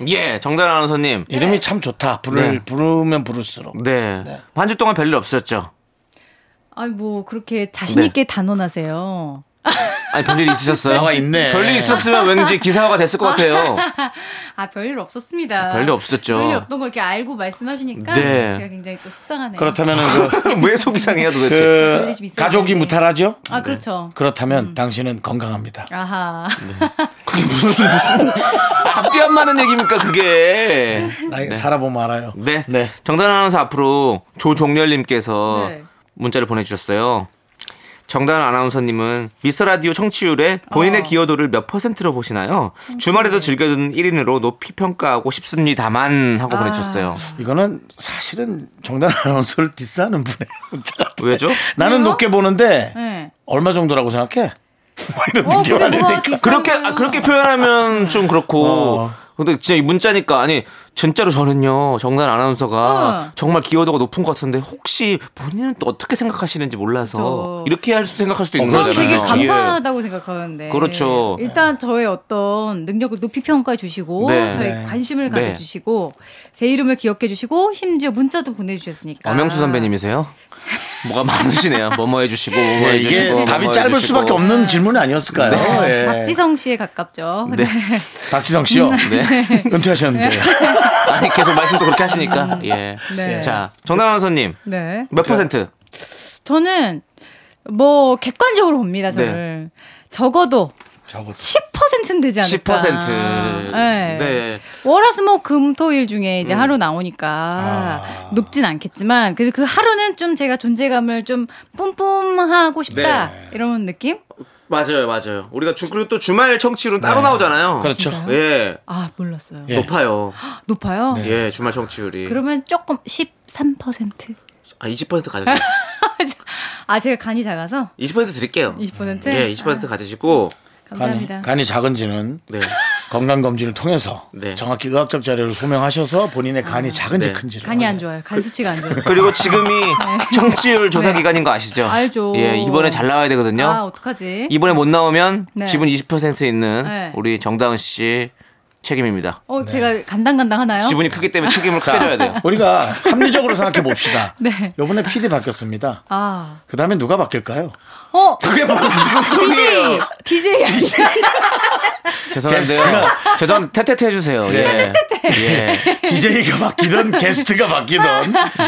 Speaker 4: 예, 정다은 아나운서님.
Speaker 3: 이름이 참 좋다 부를
Speaker 4: 네.
Speaker 3: 부르면 부를수록
Speaker 4: 네. 한 주 동안 별일 없으셨죠?
Speaker 9: 아이 뭐 그렇게 자신
Speaker 4: 네.
Speaker 9: 있게 단언하세요.
Speaker 4: 아니, 별일 [LAUGHS] 있으셨어요?
Speaker 3: 나가 있네.
Speaker 4: 별일 있었으면 왠지 기사화가 됐을 것 같아요.
Speaker 9: 아 별일 없었습니다.
Speaker 4: 별일 없었죠.
Speaker 9: 별일 없던 걸 이렇게 알고 말씀하시니까
Speaker 4: 네.
Speaker 9: 제가 굉장히 또
Speaker 3: [LAUGHS]
Speaker 9: 속상하네요.
Speaker 3: 그렇다면은 그,
Speaker 4: [LAUGHS] 왜 속이상해요, 도대체?
Speaker 3: 그
Speaker 9: 별일 좀 있어야
Speaker 3: 가족이
Speaker 9: 되는데.
Speaker 3: 무탈하죠
Speaker 9: 아 그렇죠.
Speaker 3: 그렇다면 당신은 건강합니다
Speaker 9: 아하.
Speaker 4: 앞뒤 안 맞는 얘기입니까, 그게?
Speaker 3: 나이 음. 살아보면 알아요
Speaker 4: 네.
Speaker 3: 네.
Speaker 4: 정단 아나운서 앞으로 조종렬님께서
Speaker 9: 네.
Speaker 4: 문자를 보내주셨어요. 정다은 아나운서님은 미스터 라디오 청취율에 본인의 기여도를 몇 퍼센트로 보시나요? 주말에도 즐겨듣는 1인으로 높이 평가하고 싶습니다만 하고 보내주셨어요.
Speaker 3: 이거는 사실은 정단 아나운서를 디스하는 분의 문자 같은데.
Speaker 4: 왜죠?
Speaker 3: 나는
Speaker 9: 왜요?
Speaker 3: 높게 보는데
Speaker 9: 네.
Speaker 3: 얼마 정도라고 생각해? 뭐 이런
Speaker 9: 어,
Speaker 3: 느낌
Speaker 9: 근데 뭐가
Speaker 3: 아닐까?
Speaker 9: 비싼
Speaker 4: 그렇게
Speaker 9: 거예요?
Speaker 4: 아, 그렇게 표현하면 좀 그렇고.
Speaker 3: 어.
Speaker 4: 근데 진짜 이 문자니까 아니 진짜로 저는요 정단 아나운서가
Speaker 9: 어.
Speaker 4: 정말 기여도가 높은 것 같은데 혹시 본인은 또 어떻게 생각하시는지 몰라서
Speaker 9: 그죠.
Speaker 4: 이렇게 할 수 생각할 수도 있는
Speaker 9: 저는
Speaker 4: 거잖아요.
Speaker 9: 어, 되게
Speaker 4: 예.
Speaker 9: 감사하다고 생각하는데. 네.
Speaker 4: 그렇죠.
Speaker 9: 일단 저의 어떤 능력을 높이 평가해 주시고,
Speaker 4: 네.
Speaker 9: 저의
Speaker 3: 네.
Speaker 9: 관심을
Speaker 4: 네.
Speaker 9: 가져주시고, 제 이름을 기억해 주시고, 심지어 문자도 보내주셨으니까.
Speaker 4: 엄영수 선배님이세요? 뭐가 많으시네요. 뭐뭐 해주시고 뭐뭐
Speaker 3: 예,
Speaker 4: 해주시고
Speaker 3: 이게
Speaker 4: 뭐뭐
Speaker 3: 답이 짧을
Speaker 4: 해주시고.
Speaker 3: 수밖에 없는 질문이
Speaker 9: 네.
Speaker 3: 아니었을까요? 예.
Speaker 9: 박지성 씨에 가깝죠.
Speaker 4: 네.
Speaker 3: 박지성 씨요.
Speaker 4: 네.
Speaker 3: 은퇴하셨는데.
Speaker 4: [LAUGHS] 아니 계속 말씀도 그렇게 하시니까 예.
Speaker 9: 네.
Speaker 4: 자 정다은 선님
Speaker 9: 네.
Speaker 4: 몇 퍼센트?
Speaker 9: 저는 뭐 객관적으로 봅니다. 저를 적어도 10%는 되지 않을까.
Speaker 4: 10%.
Speaker 9: 네.
Speaker 4: 네.
Speaker 9: 월화수목금토일 중에 이제 하루 나오니까 높진 않겠지만 그래서 그 하루는 좀 제가 존재감을 좀 뿜뿜하고 싶다 이런 느낌?
Speaker 4: 맞아요, 맞아요. 우리가 주, 그리고 또 주말 청취율은 따로 나오잖아요.
Speaker 3: 그렇죠.
Speaker 4: 예,
Speaker 9: 아 몰랐어요.
Speaker 3: 예.
Speaker 4: 높아요.
Speaker 9: 높아요.
Speaker 4: 예, 주말 청취율이.
Speaker 9: 그러면 조금 13%.
Speaker 4: 아, 20% 가져주세요.
Speaker 9: [LAUGHS] 아 제가 간이 작아서
Speaker 4: 20% 드릴게요.
Speaker 9: 20%.
Speaker 4: 예, 20% 가지시고.
Speaker 3: 간이,
Speaker 9: 감사합니다.
Speaker 3: 간이 작은지는
Speaker 4: 네.
Speaker 3: 건강검진을 통해서
Speaker 4: 네.
Speaker 3: 정확히 그 의학적 자료를 소명하셔서 본인의 간이 작은지
Speaker 4: 네.
Speaker 3: 큰지를.
Speaker 9: 아, 간이 안 좋아요. 간 수치가 안 좋아요.
Speaker 4: 그리고 지금이 청취율 조사 기간인 거 아시죠?
Speaker 9: 알죠.
Speaker 4: 예, 이번에 잘 나와야 되거든요.
Speaker 9: 아 어떡하지?
Speaker 4: 이번에 못 나오면
Speaker 9: 네.
Speaker 4: 지분 20% 있는
Speaker 9: 네.
Speaker 4: 우리 정다은 씨 책임입니다.
Speaker 9: 어 제가 간당간당 하나요?
Speaker 4: 지분이 크기 때문에 책임을 크게 져야 돼요.
Speaker 3: 우리가 합리적으로 생각해 봅시다.
Speaker 9: [LAUGHS] 네.
Speaker 3: 요번에 PD 바뀌었습니다.
Speaker 9: 아.
Speaker 3: 그 다음에 누가 바뀔까요?
Speaker 9: 어
Speaker 3: 그게 바로 [LAUGHS] 무슨
Speaker 9: DJ DJ 아니야?
Speaker 4: 죄송한데요.
Speaker 3: 게스트가-
Speaker 4: 죄송한데 테테테 해주세요. 예. 예.
Speaker 3: DJ가
Speaker 9: [LAUGHS]
Speaker 3: 바뀌든 게스트가 바뀌든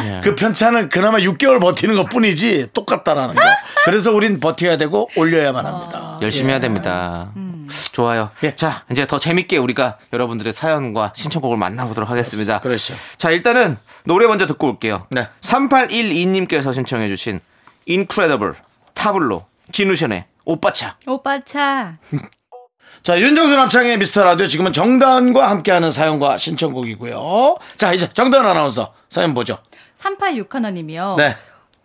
Speaker 9: 예.
Speaker 3: 그 편차는 그나마 6개월 버티는 것 뿐이지 똑같다라는 거. 그래서 우린 버텨야 되고 올려야만 합니다.
Speaker 9: 아,
Speaker 4: 열심히
Speaker 9: 예.
Speaker 4: 해야 됩니다.
Speaker 9: 음.
Speaker 4: 좋아요.
Speaker 3: 예.
Speaker 4: 자, 이제 더 재밌게 우리가 여러분들의 사연과 신청곡을 만나보도록 하겠습니다.
Speaker 3: 그렇죠.
Speaker 4: 자, 일단은 노래 먼저 듣고 올게요.
Speaker 3: 네.
Speaker 4: 3812님께서 신청해주신 인크레더블 타블로 진우션의 오빠차.
Speaker 9: 오빠 차.
Speaker 3: 자, 윤정수 남창의 미스터 라디오 지금은 정다은과 함께하는 사연과 신청곡이고요. 자, 이제 정다은 아나운서 사연 보죠.
Speaker 9: 386 하나님이요.
Speaker 3: 네.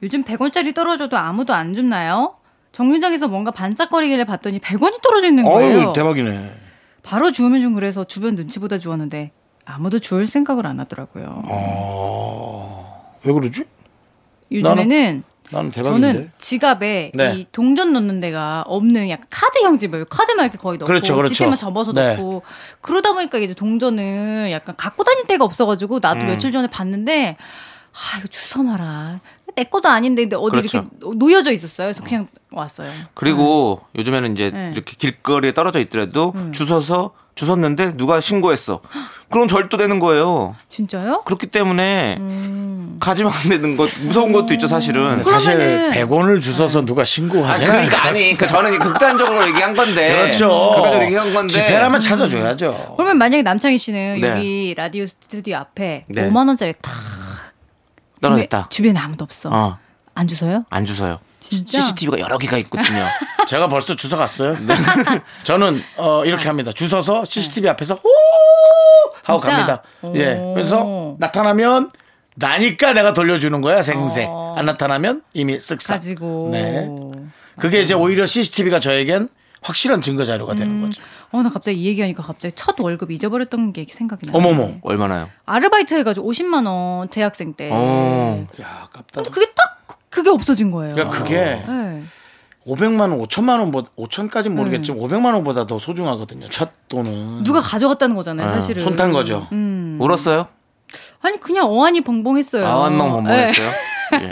Speaker 9: 요즘 100원짜리 떨어져도 아무도 안 줍나요? 정류장에서 뭔가 반짝거리길래 봤더니 100원이 떨어져 있는 거예요.
Speaker 3: 어우, 대박이네.
Speaker 9: 바로 주우면 좀 그래서 주변 눈치보다 주웠는데 아무도 주울 생각을 안 하더라고요.
Speaker 3: 어. 왜 그러지?
Speaker 9: 요즘에는
Speaker 3: 나는 대박인데.
Speaker 9: 저는 지갑에
Speaker 3: 네.
Speaker 9: 이 동전 넣는 데가 없는 약간 카드 형집을 카드만 이렇게 거의 넣고
Speaker 3: 그렇죠, 그렇죠.
Speaker 9: 지폐만 접어서
Speaker 3: 네.
Speaker 9: 넣고 그러다 보니까 이제 동전을 약간 갖고 다닐 데가 없어가지고 나도
Speaker 3: 음.
Speaker 9: 며칠 전에 봤는데 아 이거 주워 마라 내 것도 아닌데 근데 어디
Speaker 4: 그렇죠.
Speaker 9: 이렇게 놓여져 있었어요 그래서 그냥 왔어요
Speaker 4: 그리고 요즘에는 이제
Speaker 9: 네. 음.
Speaker 4: 이렇게 길거리에 떨어져 있더라도 주워서 주웠는데 누가 신고했어. 그럼 절도되는 거예요.
Speaker 9: 진짜요?
Speaker 4: 그렇기 때문에
Speaker 9: 음.
Speaker 4: 가지면 안 되는 것 무서운 것도 있죠 사실은.
Speaker 3: 사실
Speaker 9: 그러면은- 네.
Speaker 3: 100원을 주워서 누가
Speaker 4: 아,
Speaker 3: 신고하지
Speaker 4: 그러니까 아니, 그러니까 저는 극단적으로 얘기한 건데.
Speaker 3: 그렇죠.
Speaker 4: 극단적으로 얘기한 건데.
Speaker 3: 지폐라면 찾아줘야죠.
Speaker 9: 그러면 만약에 남창희 씨는
Speaker 4: 네.
Speaker 9: 여기 라디오 스튜디오 앞에
Speaker 4: 네.
Speaker 9: 5만 원짜리 탁
Speaker 4: 떨어졌다.
Speaker 9: 근데 주변에 아무도 없어
Speaker 4: 어,
Speaker 9: 안 주워요?
Speaker 4: 안 주서요.
Speaker 9: 진짜?
Speaker 4: CCTV가 여러 개가
Speaker 9: [LAUGHS]
Speaker 4: 있거든요.
Speaker 3: 제가 벌써 주워 갔어요.
Speaker 9: 네.
Speaker 3: 저는 어, 이렇게 합니다. 주워서 CCTV 앞에서 오 하고
Speaker 9: 진짜?
Speaker 3: 갑니다. 예.
Speaker 9: 오.
Speaker 3: 그래서 나타나면 나니까 내가 돌려주는 거야 생생. 안 나타나면 이미 쓱싹.
Speaker 9: 어. 가지고
Speaker 3: 네. 그게 이제 오히려 CCTV가 저에겐 확실한 증거 자료가 되는 거죠.
Speaker 9: 어 나 갑자기 이 얘기하니까 갑자기 첫 월급 잊어버렸던 게 생각이 나.
Speaker 3: 어머머.
Speaker 4: 얼마나요?
Speaker 9: 아르바이트 해가지고 50만 원 대학생 때. 네.
Speaker 4: 어.
Speaker 3: 야, 아깝다.
Speaker 9: 근데 그게 딱 그- 그게 없어진 거예요.
Speaker 3: 그러니까 그게
Speaker 9: 네.
Speaker 3: 500만 원, 5천만 원보다 5천까지는 모르겠지만 500만 원보다 더 소중하거든요. 첫 돈은.
Speaker 9: 음. 누가 가져갔다는 거잖아요, 사실은.
Speaker 3: 손 탄 거죠.
Speaker 4: 음. 울었어요?
Speaker 9: 아니 그냥 어안이 벙벙했어요.
Speaker 4: 아한망
Speaker 9: 네.
Speaker 4: 번번했어요.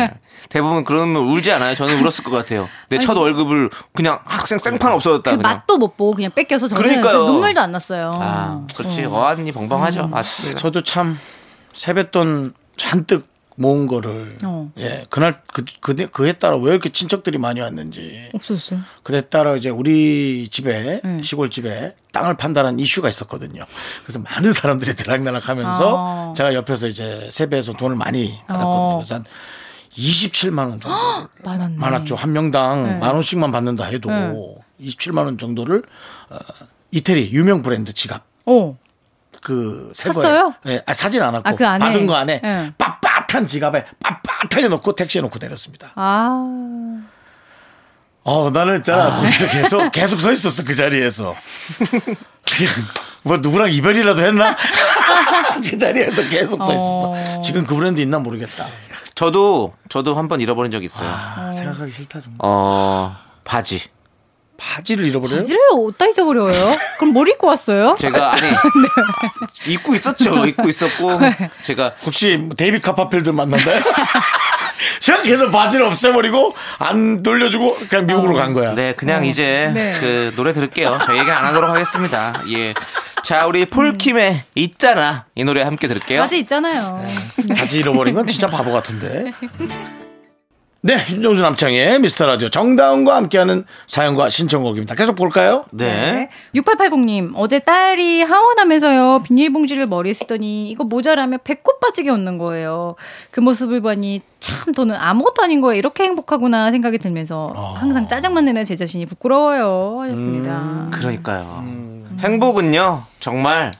Speaker 4: 예. 대부분 그러면 울지 않아요. 저는 울었을 것 같아요. 내 첫 월급을 그냥 학생 생판 없어졌다.
Speaker 9: 그
Speaker 4: 그냥.
Speaker 9: 맛도 못 보고 그냥 뺏겨서 저는
Speaker 4: 그러니까요.
Speaker 9: 눈물도 안 났어요. 음.
Speaker 4: 아, 그렇지. 어안이 벙벙하죠. 맞습니다.
Speaker 3: 저도 참 세뱃돈 잔뜩 모은 거를
Speaker 9: 어.
Speaker 3: 예 그날 그, 그 그에 따라 왜 이렇게 친척들이 많이 왔는지
Speaker 9: 없었어요.
Speaker 3: 그에 따라 이제 우리 집에
Speaker 9: 네.
Speaker 3: 시골 집에 땅을 판다는 이슈가 있었거든요. 그래서 많은 사람들이 들락날락하면서
Speaker 9: 어.
Speaker 3: 제가 옆에서 이제 세배해서 돈을 많이 받았거든요.
Speaker 9: 어.
Speaker 3: 그래서 한 27만 원 정도
Speaker 9: 많았네.
Speaker 3: 많았죠. 한 명당
Speaker 9: 네.
Speaker 3: 만 원씩만 받는다 해도
Speaker 9: 네.
Speaker 3: 27만 원 정도를 어, 이태리 유명 브랜드 지갑
Speaker 9: 오.
Speaker 3: 그 새거
Speaker 9: 샀어요?
Speaker 3: 네, 아, 사진 안 하고
Speaker 9: 아, 그 안에?
Speaker 3: 받은 거 안에
Speaker 9: 네.
Speaker 3: 빳빳한 지갑에 빳빳하게 넣고 택시에 넣고 내렸습니다.
Speaker 9: 아.
Speaker 3: 어 나는 있잖아 거기서 계속 계속 서 있었어 그 자리에서 그냥 뭐 누구랑 이별이라도 [LAUGHS] 했나 그 자리에서 계속 서 있었어.
Speaker 9: 어.
Speaker 3: 지금 그 브랜드 있나 모르겠다.
Speaker 4: 저도 저도 한 번 잃어버린 적 있어요.
Speaker 3: 아, 생각하기 싫다 정말.
Speaker 4: 어 바지.
Speaker 3: 바지를 잃어버려요?
Speaker 9: 바지를 어디다 잊어버려요? 그럼 뭘
Speaker 4: [LAUGHS]
Speaker 9: 입고 왔어요?
Speaker 4: 제가
Speaker 9: [LAUGHS]
Speaker 4: 아니 입고 있었죠. 입고 있었고
Speaker 9: 네.
Speaker 4: 제가
Speaker 3: 혹시 데이비 카파필드 만났나요? [LAUGHS] 시작해서 바지를 없애버리고 안 돌려주고 그냥
Speaker 9: 어.
Speaker 3: 미국으로 간 거야.
Speaker 4: 네 그냥 이제
Speaker 9: 네.
Speaker 4: 그 노래 들을게요. 저희 얘기 안 하도록 하겠습니다. 예. 자 우리 폴킴의 있잖아 이 노래 함께 들을게요.
Speaker 9: 바지 있잖아요.
Speaker 3: 바지 잃어버린 건 진짜 바보 같은데. 네, 윤정수 남창의 미스터 라디오 정다운과 함께하는 사연과 신청곡입니다. 계속 볼까요?
Speaker 4: 네.
Speaker 9: 6880님, 어제 딸이 하원하면서요, 비닐봉지를 머리에 쓰더니, 이거 모자라며 배꼽 빠지게 웃는 거예요. 그 모습을 보니, 참, 저는 아무것도 아닌 거에 이렇게 행복하구나 생각이 들면서,
Speaker 3: 아.
Speaker 9: 항상 짜증만 내는 제 자신이 부끄러워요. 하셨습니다.
Speaker 3: 음.
Speaker 4: 그러니까요. 행복은요 정말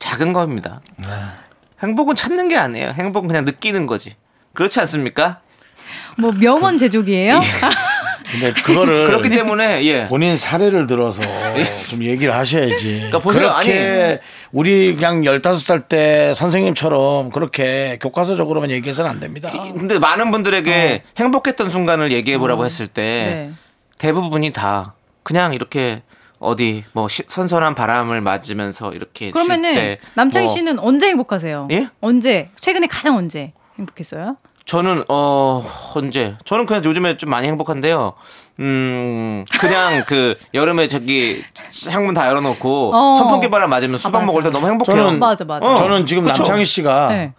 Speaker 4: 작은 겁니다. 행복은 찾는 게 아니에요. 행복은 그냥 느끼는 거지. 그렇지 않습니까?
Speaker 9: 뭐,
Speaker 3: 그
Speaker 9: 명언 제조기예요
Speaker 3: 근데 그거를
Speaker 4: 그렇기 때문에 예.
Speaker 3: 본인 사례를
Speaker 4: [LAUGHS]
Speaker 3: 들어서 좀 얘기를 하셔야지.
Speaker 4: 그러니까 보세요.
Speaker 3: 그렇게 우리 그냥 15살 때 선생님처럼 그렇게 교과서적으로만 얘기해서는 안 됩니다.
Speaker 4: 근데 많은 분들에게 행복했던 순간을 얘기해 보라고 했을 때
Speaker 9: 어. 네.
Speaker 4: 대부분이 다 그냥 이렇게 어디 뭐 시- 선선한 바람을 맞으면서 이렇게
Speaker 3: 네.
Speaker 4: 쉴
Speaker 9: [LAUGHS] 그러면은,
Speaker 4: 때
Speaker 9: 남창희
Speaker 4: 뭐
Speaker 9: 씨는 언제 행복하세요?
Speaker 4: 예?
Speaker 9: 언제? 최근에 가장 언제 행복했어요?
Speaker 3: 아.
Speaker 4: 저는 어 언제 저는 그냥 요즘에 좀 많이 행복한데요. 음 그냥 그 여름에 저기 창문 다 열어놓고
Speaker 9: 어.
Speaker 4: 선풍기 바람 맞으면 수박 먹을 때 너무 행복해요.
Speaker 3: 저는
Speaker 9: 맞아, 맞아.
Speaker 4: 어.
Speaker 3: 저는 지금
Speaker 4: 그쵸?
Speaker 3: 남창희 씨가
Speaker 9: 네.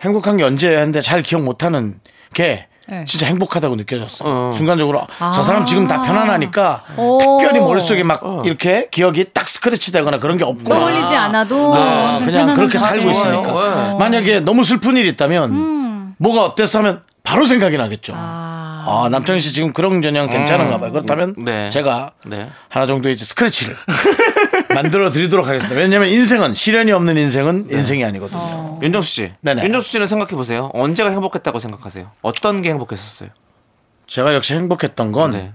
Speaker 3: 행복한 게 언제였는데 잘 기억 못하는 게
Speaker 9: 네. 아.
Speaker 3: 진짜 행복하다고 느껴졌어.
Speaker 4: 어.
Speaker 3: 순간적으로 저 사람 지금 다 편안하니까
Speaker 9: 오.
Speaker 3: 특별히 머릿속에 막
Speaker 4: 어.
Speaker 3: 이렇게 기억이 딱 스크래치 되거나 그런 게 없고
Speaker 9: 떠올리지 않아도,
Speaker 3: 아, 그냥
Speaker 9: 어, 편안한
Speaker 3: 그렇게
Speaker 9: 가족.
Speaker 3: 살고
Speaker 4: 좋아요.
Speaker 3: 있으니까.
Speaker 4: 네.
Speaker 3: 만약에 너무 슬픈 일이 있다면 뭐가 어땠어 하면 바로 생각이 나겠죠.
Speaker 9: 음. 아.
Speaker 3: 아, 남창희 씨 지금 그런저냥 괜찮은가 봐요. 그렇다면
Speaker 4: 네.
Speaker 3: 제가
Speaker 4: 네.
Speaker 3: 하나 정도의 이제
Speaker 4: [LAUGHS]
Speaker 3: 스크래치를 만들어 드리도록 하겠습니다. 왜냐면 인생은 시련이 없는 인생은 인생이 아니거든요.
Speaker 4: 네.
Speaker 9: 어.
Speaker 4: 윤정수 씨.
Speaker 3: 네네.
Speaker 4: 윤정수 씨는 생각해 보세요. 언제가 행복했다고 생각하세요? 어떤 게 행복했었어요?
Speaker 3: 제가 역시 행복했던 건
Speaker 4: 네.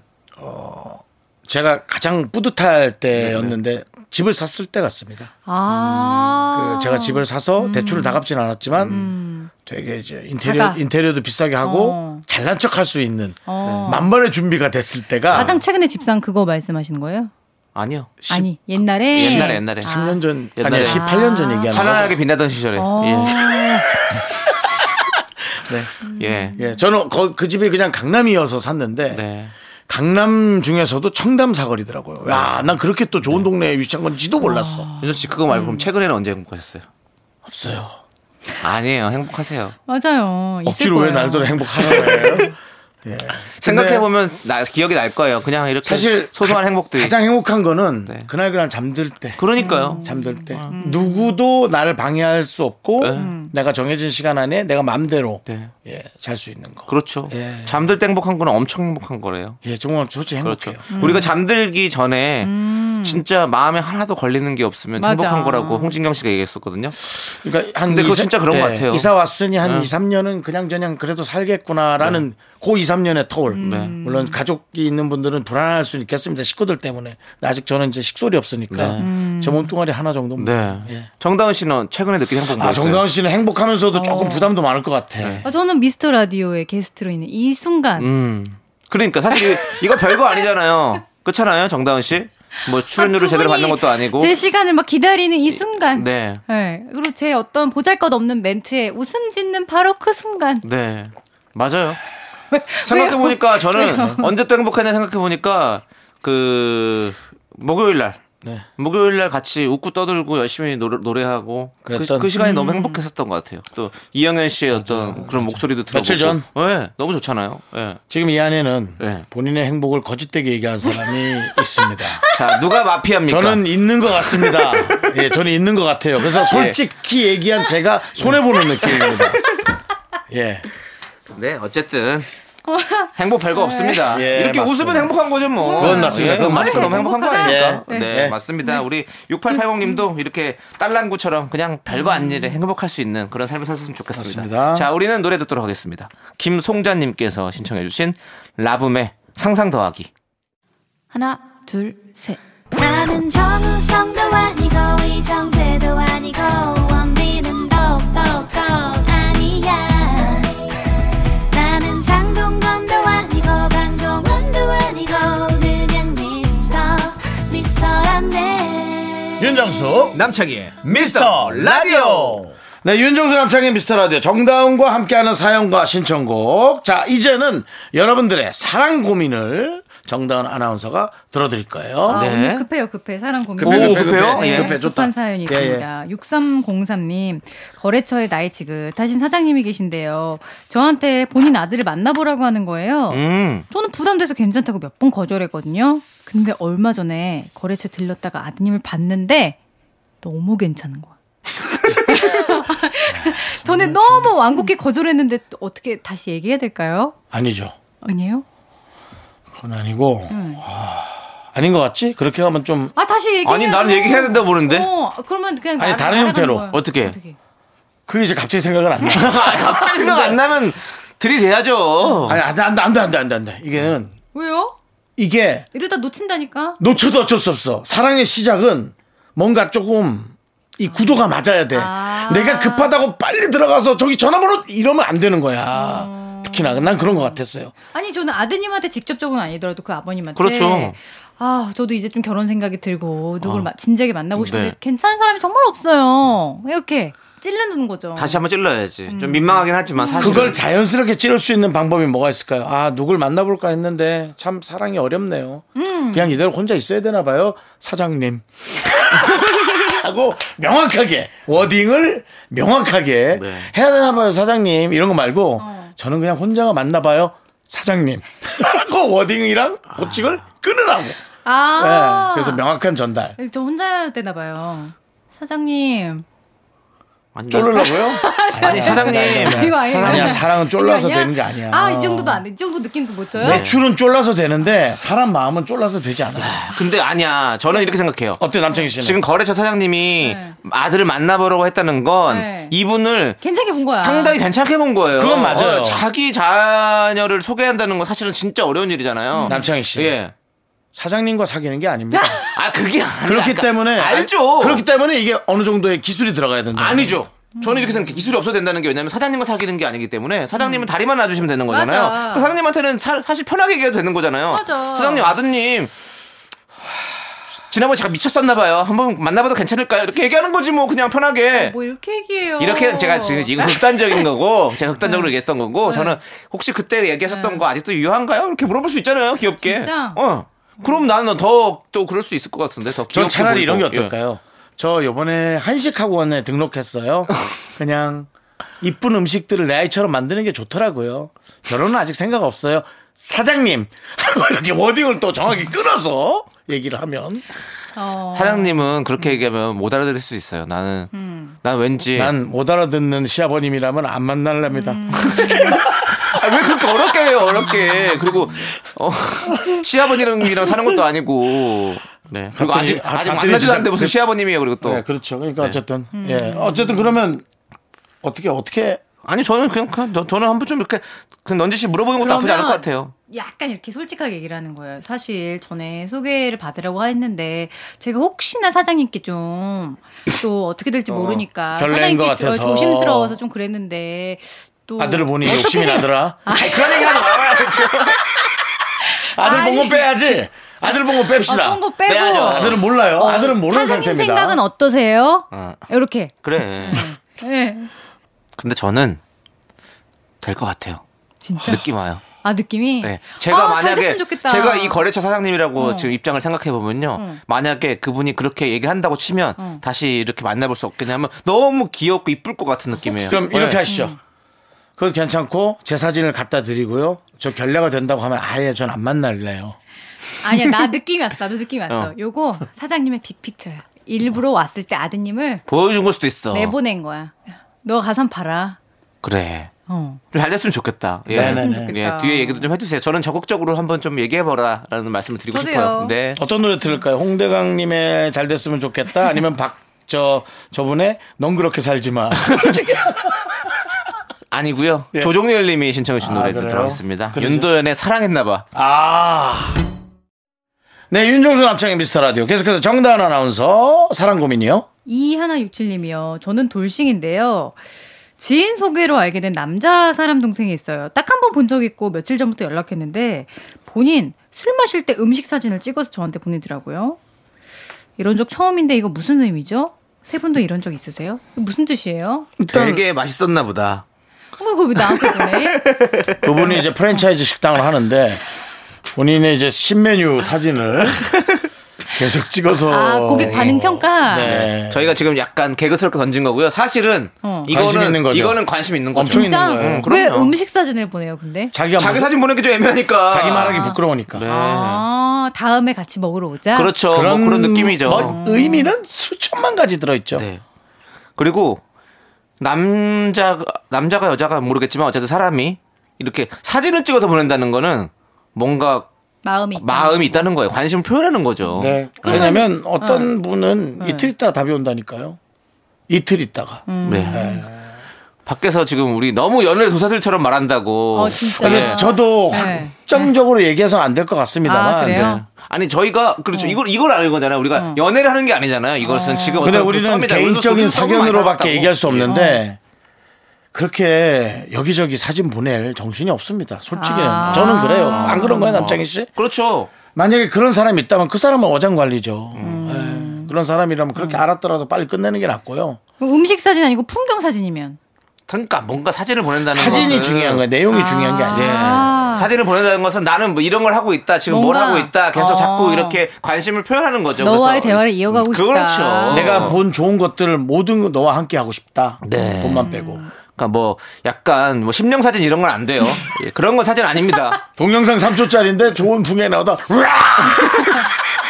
Speaker 3: 제가 가장 뿌듯할 때였는데 집을 샀을 때 같습니다.
Speaker 9: 아. 음.
Speaker 3: 그 제가 집을 사서 대출을 다 갚진 않았지만 되게 이제 인테리어
Speaker 9: 작아.
Speaker 3: 인테리어도 비싸게 하고
Speaker 9: 어.
Speaker 3: 잘난 척할 수 있는
Speaker 9: 어.
Speaker 3: 만반의 준비가 됐을 때가
Speaker 9: 가장 최근에 집상 그거 말씀하시는 거예요?
Speaker 4: 아니요.
Speaker 9: 아니 옛날에
Speaker 4: 옛날에 옛날에
Speaker 3: 3년 전
Speaker 4: 옛날에.
Speaker 3: 아니 18년 전 얘기하는 거죠.
Speaker 4: 찬란하게 빛나던 시절에.
Speaker 9: 어.
Speaker 3: [LAUGHS]
Speaker 4: 예. 예.
Speaker 3: 예, 저는 거- 그 집이 그냥 강남이어서 샀는데
Speaker 4: 네.
Speaker 3: 강남 중에서도 청담 사거리더라고요. 야,
Speaker 4: 네.
Speaker 3: 난 그렇게 또 좋은 동네에 위치한 건지도 몰랐어.
Speaker 4: 윤정수 씨 그거 말고 그럼 최근에는 언제 행복하셨어요?
Speaker 3: 없어요.
Speaker 4: 아니에요. 행복하세요.
Speaker 9: 맞아요. 있을
Speaker 3: 억지로 왜
Speaker 9: 거예요.
Speaker 3: 날더러 행복하나요?
Speaker 4: [LAUGHS] 생각해 보면 나 기억이 날 거예요. 그냥 이렇게
Speaker 3: 사실
Speaker 4: 소소한
Speaker 3: 가-
Speaker 4: 행복들이.
Speaker 3: 가장 음. 행복한 거는
Speaker 4: 네.
Speaker 3: 그날 그날 잠들 때.
Speaker 4: 그러니까요.
Speaker 3: 잠들 때 누구도 나를 방해할 수 없고 내가 정해진 시간 안에 내가 마음대로
Speaker 4: 네.
Speaker 3: 예, 잘 수 있는 거.
Speaker 4: 그렇죠.
Speaker 3: 예.
Speaker 4: 잠들 때 행복한 거는 엄청 행복한 거래요.
Speaker 3: 예, 정말 솔직히
Speaker 4: 그렇죠.
Speaker 3: 행복해요.
Speaker 4: 우리가 잠들기 전에
Speaker 3: 음.
Speaker 4: 진짜 마음에 하나도 걸리는 게 없으면
Speaker 9: 맞아.
Speaker 4: 행복한 거라고 홍진경 씨가 얘기했었거든요.
Speaker 3: 그러니까 한
Speaker 4: 근데 그거
Speaker 3: 이사-
Speaker 4: 진짜 그런
Speaker 3: 예,
Speaker 4: 것 같아요. 네.
Speaker 3: 이사 왔으니 한 2, 3년은 그냥 저냥 그래도 살겠구나라는 고 2, 3년의 터울.
Speaker 4: 네.
Speaker 3: 물론 가족이 있는 분들은 불안할 수는 있겠습니다. 식구들 때문에. 근데 아직 저는 이제 식솔이 없으니까
Speaker 4: 네.
Speaker 3: 저 몸뚱아리 하나 정도면.
Speaker 4: 네.
Speaker 3: 예.
Speaker 4: 정다은 씨는 최근에 느낀 행복
Speaker 3: 아,
Speaker 4: 뭐였어요? 네.
Speaker 3: 정다은 씨는 행복하면서도 조금 부담도 많을 것 같아.
Speaker 9: 아, 저는 미스터 라디오의 게스트로 있는 이 순간
Speaker 4: 음. 그러니까 사실 이- 이거 별거 아니잖아요. 그렇잖아요, 정다은 씨. 뭐 출연료를
Speaker 9: 아, 두
Speaker 4: 제대로 받는
Speaker 9: 분이
Speaker 4: 것도 아니고.
Speaker 9: 제 시간을 막 기다리는 이 순간
Speaker 4: 네.
Speaker 9: 네. 그리고 제 어떤 보잘것없는 멘트에 웃음 짓는 바로 그 순간
Speaker 4: 네. 맞아요. 생각해 보니까 저는 언제 또 행복하냐 생각해 보니까 그 목요일 날
Speaker 3: 네.
Speaker 4: 목요일 날 같이 웃고 떠들고 열심히 노래, 노래하고 그,
Speaker 3: 그랬던-
Speaker 4: 그 시간이 너무 행복했었던 것 같아요. 또 이영애 씨의 어떤 그런 목소리도 들어보고
Speaker 3: 며칠 전?
Speaker 4: 네, 너무 좋잖아요. 네.
Speaker 3: 지금 이 안에는
Speaker 4: 네.
Speaker 3: 본인의 행복을 거짓되게 얘기한 사람이 있습니다.
Speaker 4: 자 누가 마피아입니까?
Speaker 3: 저는 있는 것
Speaker 4: [LAUGHS]
Speaker 3: 같습니다. 예, 저는 있는 것 같아요. 그래서 솔직히 얘기한 제가 손해보는 느낌입니다. 예.
Speaker 4: 네, 어쨌든 네. 행복 별거 없습니다.
Speaker 3: 예,
Speaker 4: 이렇게 웃으면
Speaker 3: 맞습니다.
Speaker 4: 행복한 거죠, 뭐.
Speaker 3: 그건 맞습니다.
Speaker 4: 예,
Speaker 3: 그건 맞습니다.
Speaker 4: 너무 행복한 거
Speaker 3: 행복하다.
Speaker 4: 아닙니까?
Speaker 3: 예.
Speaker 4: 네,
Speaker 3: 예.
Speaker 4: 맞습니다. 우리 6880님도 이렇게 딸랑구처럼 그냥 별거 아닌 일에 행복할 수 있는 그런 삶을 살았으면 좋겠습니다.
Speaker 3: 맞습니다.
Speaker 4: 자, 우리는 노래 듣도록 하겠습니다. 김송자님께서 신청해주신 라붐의 상상 더하기.
Speaker 9: 하나, 둘, 셋.
Speaker 6: 나는 정우성도 아니고 이정재도 아니고 원빈은 더욱더 아니야 나는 장동건도 아니고 강동원도 아니고 그냥 미스터 미스터란데
Speaker 1: 윤정수 남창희의 미스터 라디오
Speaker 3: 네, 윤종수 남창의 미스터 라디오 정다운과 함께하는 사연과 신청곡. 자, 이제는 여러분들의 사랑 고민을 정다운 아나운서가 들어드릴 거예요.
Speaker 9: 아,
Speaker 4: 네.
Speaker 9: 오늘 급해요, 급해. 사랑 고민.
Speaker 3: 급해, 급해,
Speaker 4: 급해요?
Speaker 3: 급해.
Speaker 4: 예.
Speaker 3: 급해, 좋다.
Speaker 9: 한 어, 사연이
Speaker 3: 예, 예.
Speaker 9: 있습니다. 6303님, 거래처에 나이 지긋하신 사장님이 계신데요. 저한테 본인 아들을 만나보라고 하는 거예요.
Speaker 4: 음.
Speaker 9: 저는 부담돼서 괜찮다고 몇 번 거절했거든요. 근데 얼마 전에 거래처 들렀다가 아드님을 봤는데 너무 괜찮은 거야. [LAUGHS] 전에 너무 완곡히 거절했는데 또 어떻게 다시 얘기해야 될까요?
Speaker 3: 아니죠.
Speaker 9: 아니에요?
Speaker 3: 그건 아니고.
Speaker 9: 음.
Speaker 3: 아, 닌것 같지? 그렇게 하면 좀.
Speaker 9: 아 다시 얘기해.
Speaker 4: 아니, 나는 얘기해야 된다 보는데.
Speaker 9: 어, 그러면 그냥
Speaker 3: 아니,
Speaker 9: 나를
Speaker 3: 다른
Speaker 9: 알아가는
Speaker 3: 형태로.
Speaker 9: 거예요.
Speaker 4: 어떻게?
Speaker 3: 그게 이제 갑자기 생각은 안 나.
Speaker 9: [LAUGHS]
Speaker 4: 갑자기 생각 안 나면 들이대야죠.
Speaker 3: 아니, 안 돼, 안 돼, 안 돼, 안 돼, 안 돼, 안 돼. 이게는,
Speaker 9: 왜요?
Speaker 3: 이게
Speaker 9: 이러다 놓친다니까.
Speaker 3: 놓쳐도 어쩔 수 없어. 사랑의 시작은 뭔가 조금 이 구도가 맞아야 돼.
Speaker 9: 아.
Speaker 3: 내가 급하다고 빨리 들어가서 저기 전화번호 이러면 안 되는 거야. 특히나 난 그런 것 같았어요.
Speaker 9: 아니 저는 아드님한테 직접적으로는 아니더라도 그 아버님한테.
Speaker 4: 그렇죠. 아.
Speaker 9: 아 저도 이제 좀 결혼 생각이 들고 누굴 마- 진작에 만나고 싶은데
Speaker 4: 네.
Speaker 9: 괜찮은 사람이 정말 없어요. 이렇게 찔르는 거죠.
Speaker 4: 다시 한번 찔러야지. 좀 민망하긴 하지만 사실
Speaker 3: 음. 그걸 자연스럽게 찌를 수 있는 방법이 뭐가 있을까요? 아 누굴 만나볼까 했는데 참 사랑이 어렵네요. 그냥 이대로 혼자 있어야 되나 봐요, 사장님. [LAUGHS] 하고 명확하게 워딩을 명확하게
Speaker 4: 네.
Speaker 3: 해야 되나 봐요, 사장님 이런 거 말고 저는 그냥 혼자가 맞나 봐요, 사장님. [LAUGHS] 하고 워딩이랑 고칙을 끊으라고.
Speaker 9: 아
Speaker 3: 예, 그래서 명확한 전달.
Speaker 9: 저 혼자 되나 봐요. 사장님.
Speaker 4: 아니, 나-
Speaker 3: 쫄르려고요?
Speaker 4: 네. 아니 네, 사장님
Speaker 3: 아니,
Speaker 9: 이거 아니에요?
Speaker 3: 아니야, 사랑은 쫄라서
Speaker 9: 이거 아니야?
Speaker 3: 되는 게 아니야.
Speaker 9: 아, 이 정도도 안 돼. 이 정도 느낌도 못 줘요?
Speaker 4: 네.
Speaker 3: 매출은 쫄라서 되는데 사람 마음은 쫄라서 되지 않아.
Speaker 4: 근데 아니야. 저는 이렇게 생각해요.
Speaker 3: 어때 남창희 씨는?
Speaker 4: 지금 거래처 사장님이
Speaker 9: 네.
Speaker 4: 아들을 만나보라고 했다는 건
Speaker 9: 네.
Speaker 4: 이분을
Speaker 9: 괜찮게 본 거야.
Speaker 4: 상당히 괜찮게 본 거예요.
Speaker 3: 그건 맞아요.
Speaker 4: 어, 자기 자녀를 소개한다는 건 사실은 진짜 어려운 일이잖아요.
Speaker 3: 남창희 씨.
Speaker 4: 예.
Speaker 3: 사장님과 사귀는 게 아닙니다.
Speaker 4: 아 그게 아니라
Speaker 3: 그렇기
Speaker 4: 아까-
Speaker 3: 때문에
Speaker 4: 알죠.
Speaker 3: 그렇기 때문에 이게 어느 정도의 기술이 들어가야
Speaker 9: 네.
Speaker 3: 된다.
Speaker 4: 아니죠.
Speaker 9: 음.
Speaker 4: 저는 이렇게 생각해 기술이 없어도 된다는 게 왜냐면 사장님과 사귀는 게 아니기 때문에 사장님은 다리만 놔주시면 되는 거잖아요.
Speaker 9: 음. 맞아.
Speaker 4: 그 사장님한테는 사, 실 편하게 얘기해도 되는 거잖아요.
Speaker 9: 맞아.
Speaker 4: 사장님 아드님 하, 지난번에 제가 미쳤었나 봐요. 한번 만나봐도 괜찮을까요? 이렇게 얘기하는 거지 뭐 그냥 편하게.
Speaker 9: 뭐 이렇게 얘기해요.
Speaker 4: 이렇게 제가 지금
Speaker 9: [LAUGHS]
Speaker 4: 이거 극단적인 거고 제가 극단적으로 얘기했던 거고 저는 혹시 그때 얘기하셨던
Speaker 9: 네.
Speaker 4: 거 아직도 유효한가요? 이렇게 물어볼 수 있잖아요. 귀엽게.
Speaker 9: 진짜?
Speaker 4: 어. 그럼 나는 더 또 그럴 수 있을 것 같은데 더
Speaker 3: 전
Speaker 4: 귀엽게
Speaker 3: 차라리 이런 게
Speaker 4: 보이고. 예.
Speaker 3: 어떨까요? 저 요번에 한식학원에 등록했어요.
Speaker 4: [LAUGHS]
Speaker 3: 그냥 이쁜 음식들을 내 아이처럼 만드는 게 좋더라고요. 결혼은 아직 생각 없어요. 사장님 하고 이렇게 워딩을 또 정확히 끊어서 얘기를 하면
Speaker 9: 어.
Speaker 4: 사장님은 그렇게 얘기하면 못 알아들을 수 있어요. 나는
Speaker 9: 음.
Speaker 4: 난 왠지
Speaker 3: 난 못 알아듣는 시아버님이라면 안 만날랍니다.
Speaker 4: 음. 아, 왜 그렇게 어렵게 해요 어렵게 그리고
Speaker 9: [LAUGHS]
Speaker 4: 어, 시아버님이랑 사는 것도 아니고 네 그리고
Speaker 3: 갑자기-
Speaker 4: 아직
Speaker 3: 아, 갑자기
Speaker 4: 아직 만나지도
Speaker 3: 진짜-
Speaker 4: 않는데 무슨 시아버님이에요 그리고 또
Speaker 3: 네, 그렇죠. 그러니까 어쨌든
Speaker 9: 음.
Speaker 3: 예, 어쨌든 그러면 어떻게 어떻게
Speaker 4: 아니 저는 그냥, 그냥 저- 저는 한번 좀 이렇게 그냥 넌지시 물어보는 것도 나쁘지 않을 것
Speaker 9: 그러면
Speaker 4: 같아요.
Speaker 9: 약간 이렇게 솔직하게 얘기를 하는 거예요. 사실 전에 소개를 받으려고 했는데 제가 혹시나 사장님께 좀 또 어떻게 될지 모르니까
Speaker 3: 결례인 것
Speaker 9: 사장님께 좀
Speaker 3: 같아서.
Speaker 9: 조심스러워서 좀 그랬는데 또
Speaker 3: 아들을 보니
Speaker 9: 어떻게
Speaker 3: 욕심이
Speaker 9: 생각-
Speaker 3: 나더라.
Speaker 4: 아니, 그런 얘기 하지
Speaker 9: [LAUGHS]
Speaker 4: 말아야죠.
Speaker 3: 그렇죠? 아들 본 거
Speaker 9: 아니.
Speaker 3: 빼야지. 아들 본 거
Speaker 9: 아,
Speaker 3: 뺍시다.
Speaker 9: 그런 거 빼고
Speaker 4: 빼야죠.
Speaker 3: 아들은 몰라요.
Speaker 9: 어,
Speaker 3: 아들은 모르는
Speaker 9: 사장님
Speaker 3: 상태입니다.
Speaker 9: 생각은 어떠세요?
Speaker 4: 어.
Speaker 9: 이렇게.
Speaker 4: 그래.
Speaker 9: 네.
Speaker 4: 근데 저는 될 것 같아요.
Speaker 9: 진짜.
Speaker 4: 느낌 와요.
Speaker 9: 아 느낌이.
Speaker 4: 네. 제가
Speaker 9: 아, 잘
Speaker 4: 만약에
Speaker 9: 됐으면 좋겠다. 음.
Speaker 4: 제가 이 거래처 사장님이라고
Speaker 9: 어.
Speaker 4: 지금 입장을 생각해 보면요.
Speaker 9: 응.
Speaker 4: 만약에 그분이 그렇게 얘기한다고 치면
Speaker 9: 음.
Speaker 4: 다시 이렇게 만나볼 수 없겠냐면 너무 귀엽고 이쁠 것 같은 느낌이에요.
Speaker 3: 그럼 이렇게
Speaker 4: 네.
Speaker 3: 하시죠.
Speaker 9: 음.
Speaker 3: 그것도 괜찮고 제 사진을 갖다 드리고요. 저 결례가 된다고 하면 아예 전 안 만날래요.
Speaker 9: 아니야 나 느낌이 왔어. 나도 느낌이 왔어.
Speaker 4: 어.
Speaker 9: 요거 사장님의 빅픽처야. 일부러 왔을 때 아드님을 네,
Speaker 4: 보여준 걸 수도 있어.
Speaker 9: 내보낸 거야. 너 가서 한번 봐라.
Speaker 4: 그래.
Speaker 9: 어.
Speaker 4: 좀 잘 됐으면 좋겠다. 예.
Speaker 3: 잘 됐으면
Speaker 9: 좋겠다.
Speaker 4: 예, 뒤에 얘기도 좀 해주세요. 저는 적극적으로 한번 좀 얘기해봐라라는 말씀을 드리고
Speaker 9: 저도요.
Speaker 4: 싶어요. 네.
Speaker 3: 어떤 노래 들을까요? 홍대강님의 잘 됐으면 좋겠다. 아니면 박 저 저분의 넌 그렇게 살지 마. 솔직히
Speaker 4: 아니고요.
Speaker 3: 예.
Speaker 4: 조종렬님이 신청해주신
Speaker 3: 아,
Speaker 4: 노래도
Speaker 3: 그래요?
Speaker 4: 들어가겠습니다.
Speaker 3: 그러죠.
Speaker 4: 윤도현의 사랑했나봐.
Speaker 3: 아. 네, 윤종수 남창의 미스터 라디오. 계속해서 정다은 아나운서, 사랑 고민이요.
Speaker 9: 이하나육칠님이요. 저는 돌싱인데요. 지인 소개로 알게 된 남자 사람 동생이 있어요. 딱 한 번 본 적 있고 며칠 전부터 연락했는데 본인 술 마실 때 음식 사진을 찍어서 저한테 보내더라고요. 이런 적 처음인데 이거 무슨 의미죠? 세 분도 이런 적 있으세요? 이거 무슨 뜻이에요?
Speaker 4: 되게 맛있었나 보다.
Speaker 9: 그거 그왜 나한테 보내?
Speaker 3: 그분이 이제 프랜차이즈 식당을 하는데 본인의 이제 신메뉴 사진을 계속 찍어서
Speaker 9: 아 고객 반응 평가.
Speaker 3: 네.
Speaker 4: 저희가 지금 약간 개그스럽게 던진 거고요. 사실은
Speaker 9: 어.
Speaker 3: 관심 있는
Speaker 4: 이거는
Speaker 3: 거죠.
Speaker 4: 이거는 관심 있는 거죠.
Speaker 3: 엄청
Speaker 9: 진짜
Speaker 3: 있는 거예요. 네.
Speaker 4: 음,
Speaker 9: 왜
Speaker 4: 그럼요.
Speaker 9: 음식 사진을 보내요? 근데
Speaker 3: 자기가
Speaker 4: 자기
Speaker 3: 자기,
Speaker 4: 사진 보내기 좀 애매하니까.
Speaker 3: 자기 말하기 부끄러우니까.
Speaker 9: 아 다음에 같이 먹으러 오자.
Speaker 4: 그렇죠. 그런, 뭐 그런 느낌이죠.
Speaker 3: 뭐 의미는 수천만 가지 들어있죠.
Speaker 4: 네. 그리고 남자 남자가 여자가 모르겠지만 어쨌든 사람이 이렇게 사진을 찍어서 보낸다는 거는 뭔가
Speaker 9: 마음이 있다.
Speaker 4: 마음이 있다는 거예요. 관심을 표현하는 거죠.
Speaker 3: 네. 왜냐면 어떤 분은 이틀 있다가 답이 온다니까요. 이틀 있다가.
Speaker 9: 음.
Speaker 4: 네. 밖에서 지금 우리 너무 연애 도사들처럼 말한다고.
Speaker 9: 어, 진짜.
Speaker 4: 네.
Speaker 3: 근데 저도
Speaker 9: 네.
Speaker 3: 확정적으로 얘기해서는 안 될 것 같습니다만.
Speaker 9: 아, 그래요?
Speaker 3: 네.
Speaker 4: 아니 저희가 그렇죠
Speaker 9: 어.
Speaker 4: 이걸 이걸 아는 거잖아요. 우리가 연애를 하는 게 아니잖아요. 이것은 지금
Speaker 3: 근데
Speaker 4: 어떤 그
Speaker 3: 우리는
Speaker 4: 썸이다.
Speaker 3: 개인적인
Speaker 4: 우리도 썸을 많이
Speaker 3: 사견으로밖에
Speaker 4: 살았다고.
Speaker 3: 얘기할 수
Speaker 9: 네.
Speaker 3: 없는데 그렇게 여기저기 사진 보낼 정신이 없습니다. 솔직히
Speaker 9: 아.
Speaker 3: 저는 그래요. 안 그런
Speaker 4: 뭐.
Speaker 3: 거예요, 남창희 씨?
Speaker 4: 어. 그렇죠.
Speaker 3: 만약에 그런 사람이 있다면 그 사람은 어장 관리죠.
Speaker 9: 음.
Speaker 3: 예. 그런 사람이라면 그렇게 알았더라도 빨리 끝내는 게 낫고요.
Speaker 9: 음식 사진 아니고 풍경 사진이면.
Speaker 4: 그러니까 뭔가 사진을 보낸다는
Speaker 3: 사진이
Speaker 4: 것은
Speaker 3: 중요한 거예요. 내용이 중요한 게 아니에요.
Speaker 9: 아.
Speaker 4: 사진을 보낸다는 것은 나는 뭐 이런 걸 하고 있다. 지금 뭘
Speaker 9: 뭔가,
Speaker 4: 하고 있다. 계속
Speaker 9: 어.
Speaker 4: 자꾸 이렇게 관심을 표현하는 거죠.
Speaker 9: 너와의
Speaker 4: 그래서
Speaker 9: 대화를 이어가고 싶다.
Speaker 4: 그렇죠.
Speaker 3: 내가 본 좋은 것들을 모든 거 너와 함께 하고 싶다.
Speaker 4: 네.
Speaker 3: 돈만 빼고.
Speaker 4: 그러니까 뭐 약간 뭐 심령 사진 이런 건 안
Speaker 3: [LAUGHS]
Speaker 4: 돼요. 예, 그런 건 사진 아닙니다.
Speaker 3: 동영상 3초짜리인데 좋은 풍경이 나오다. 으아!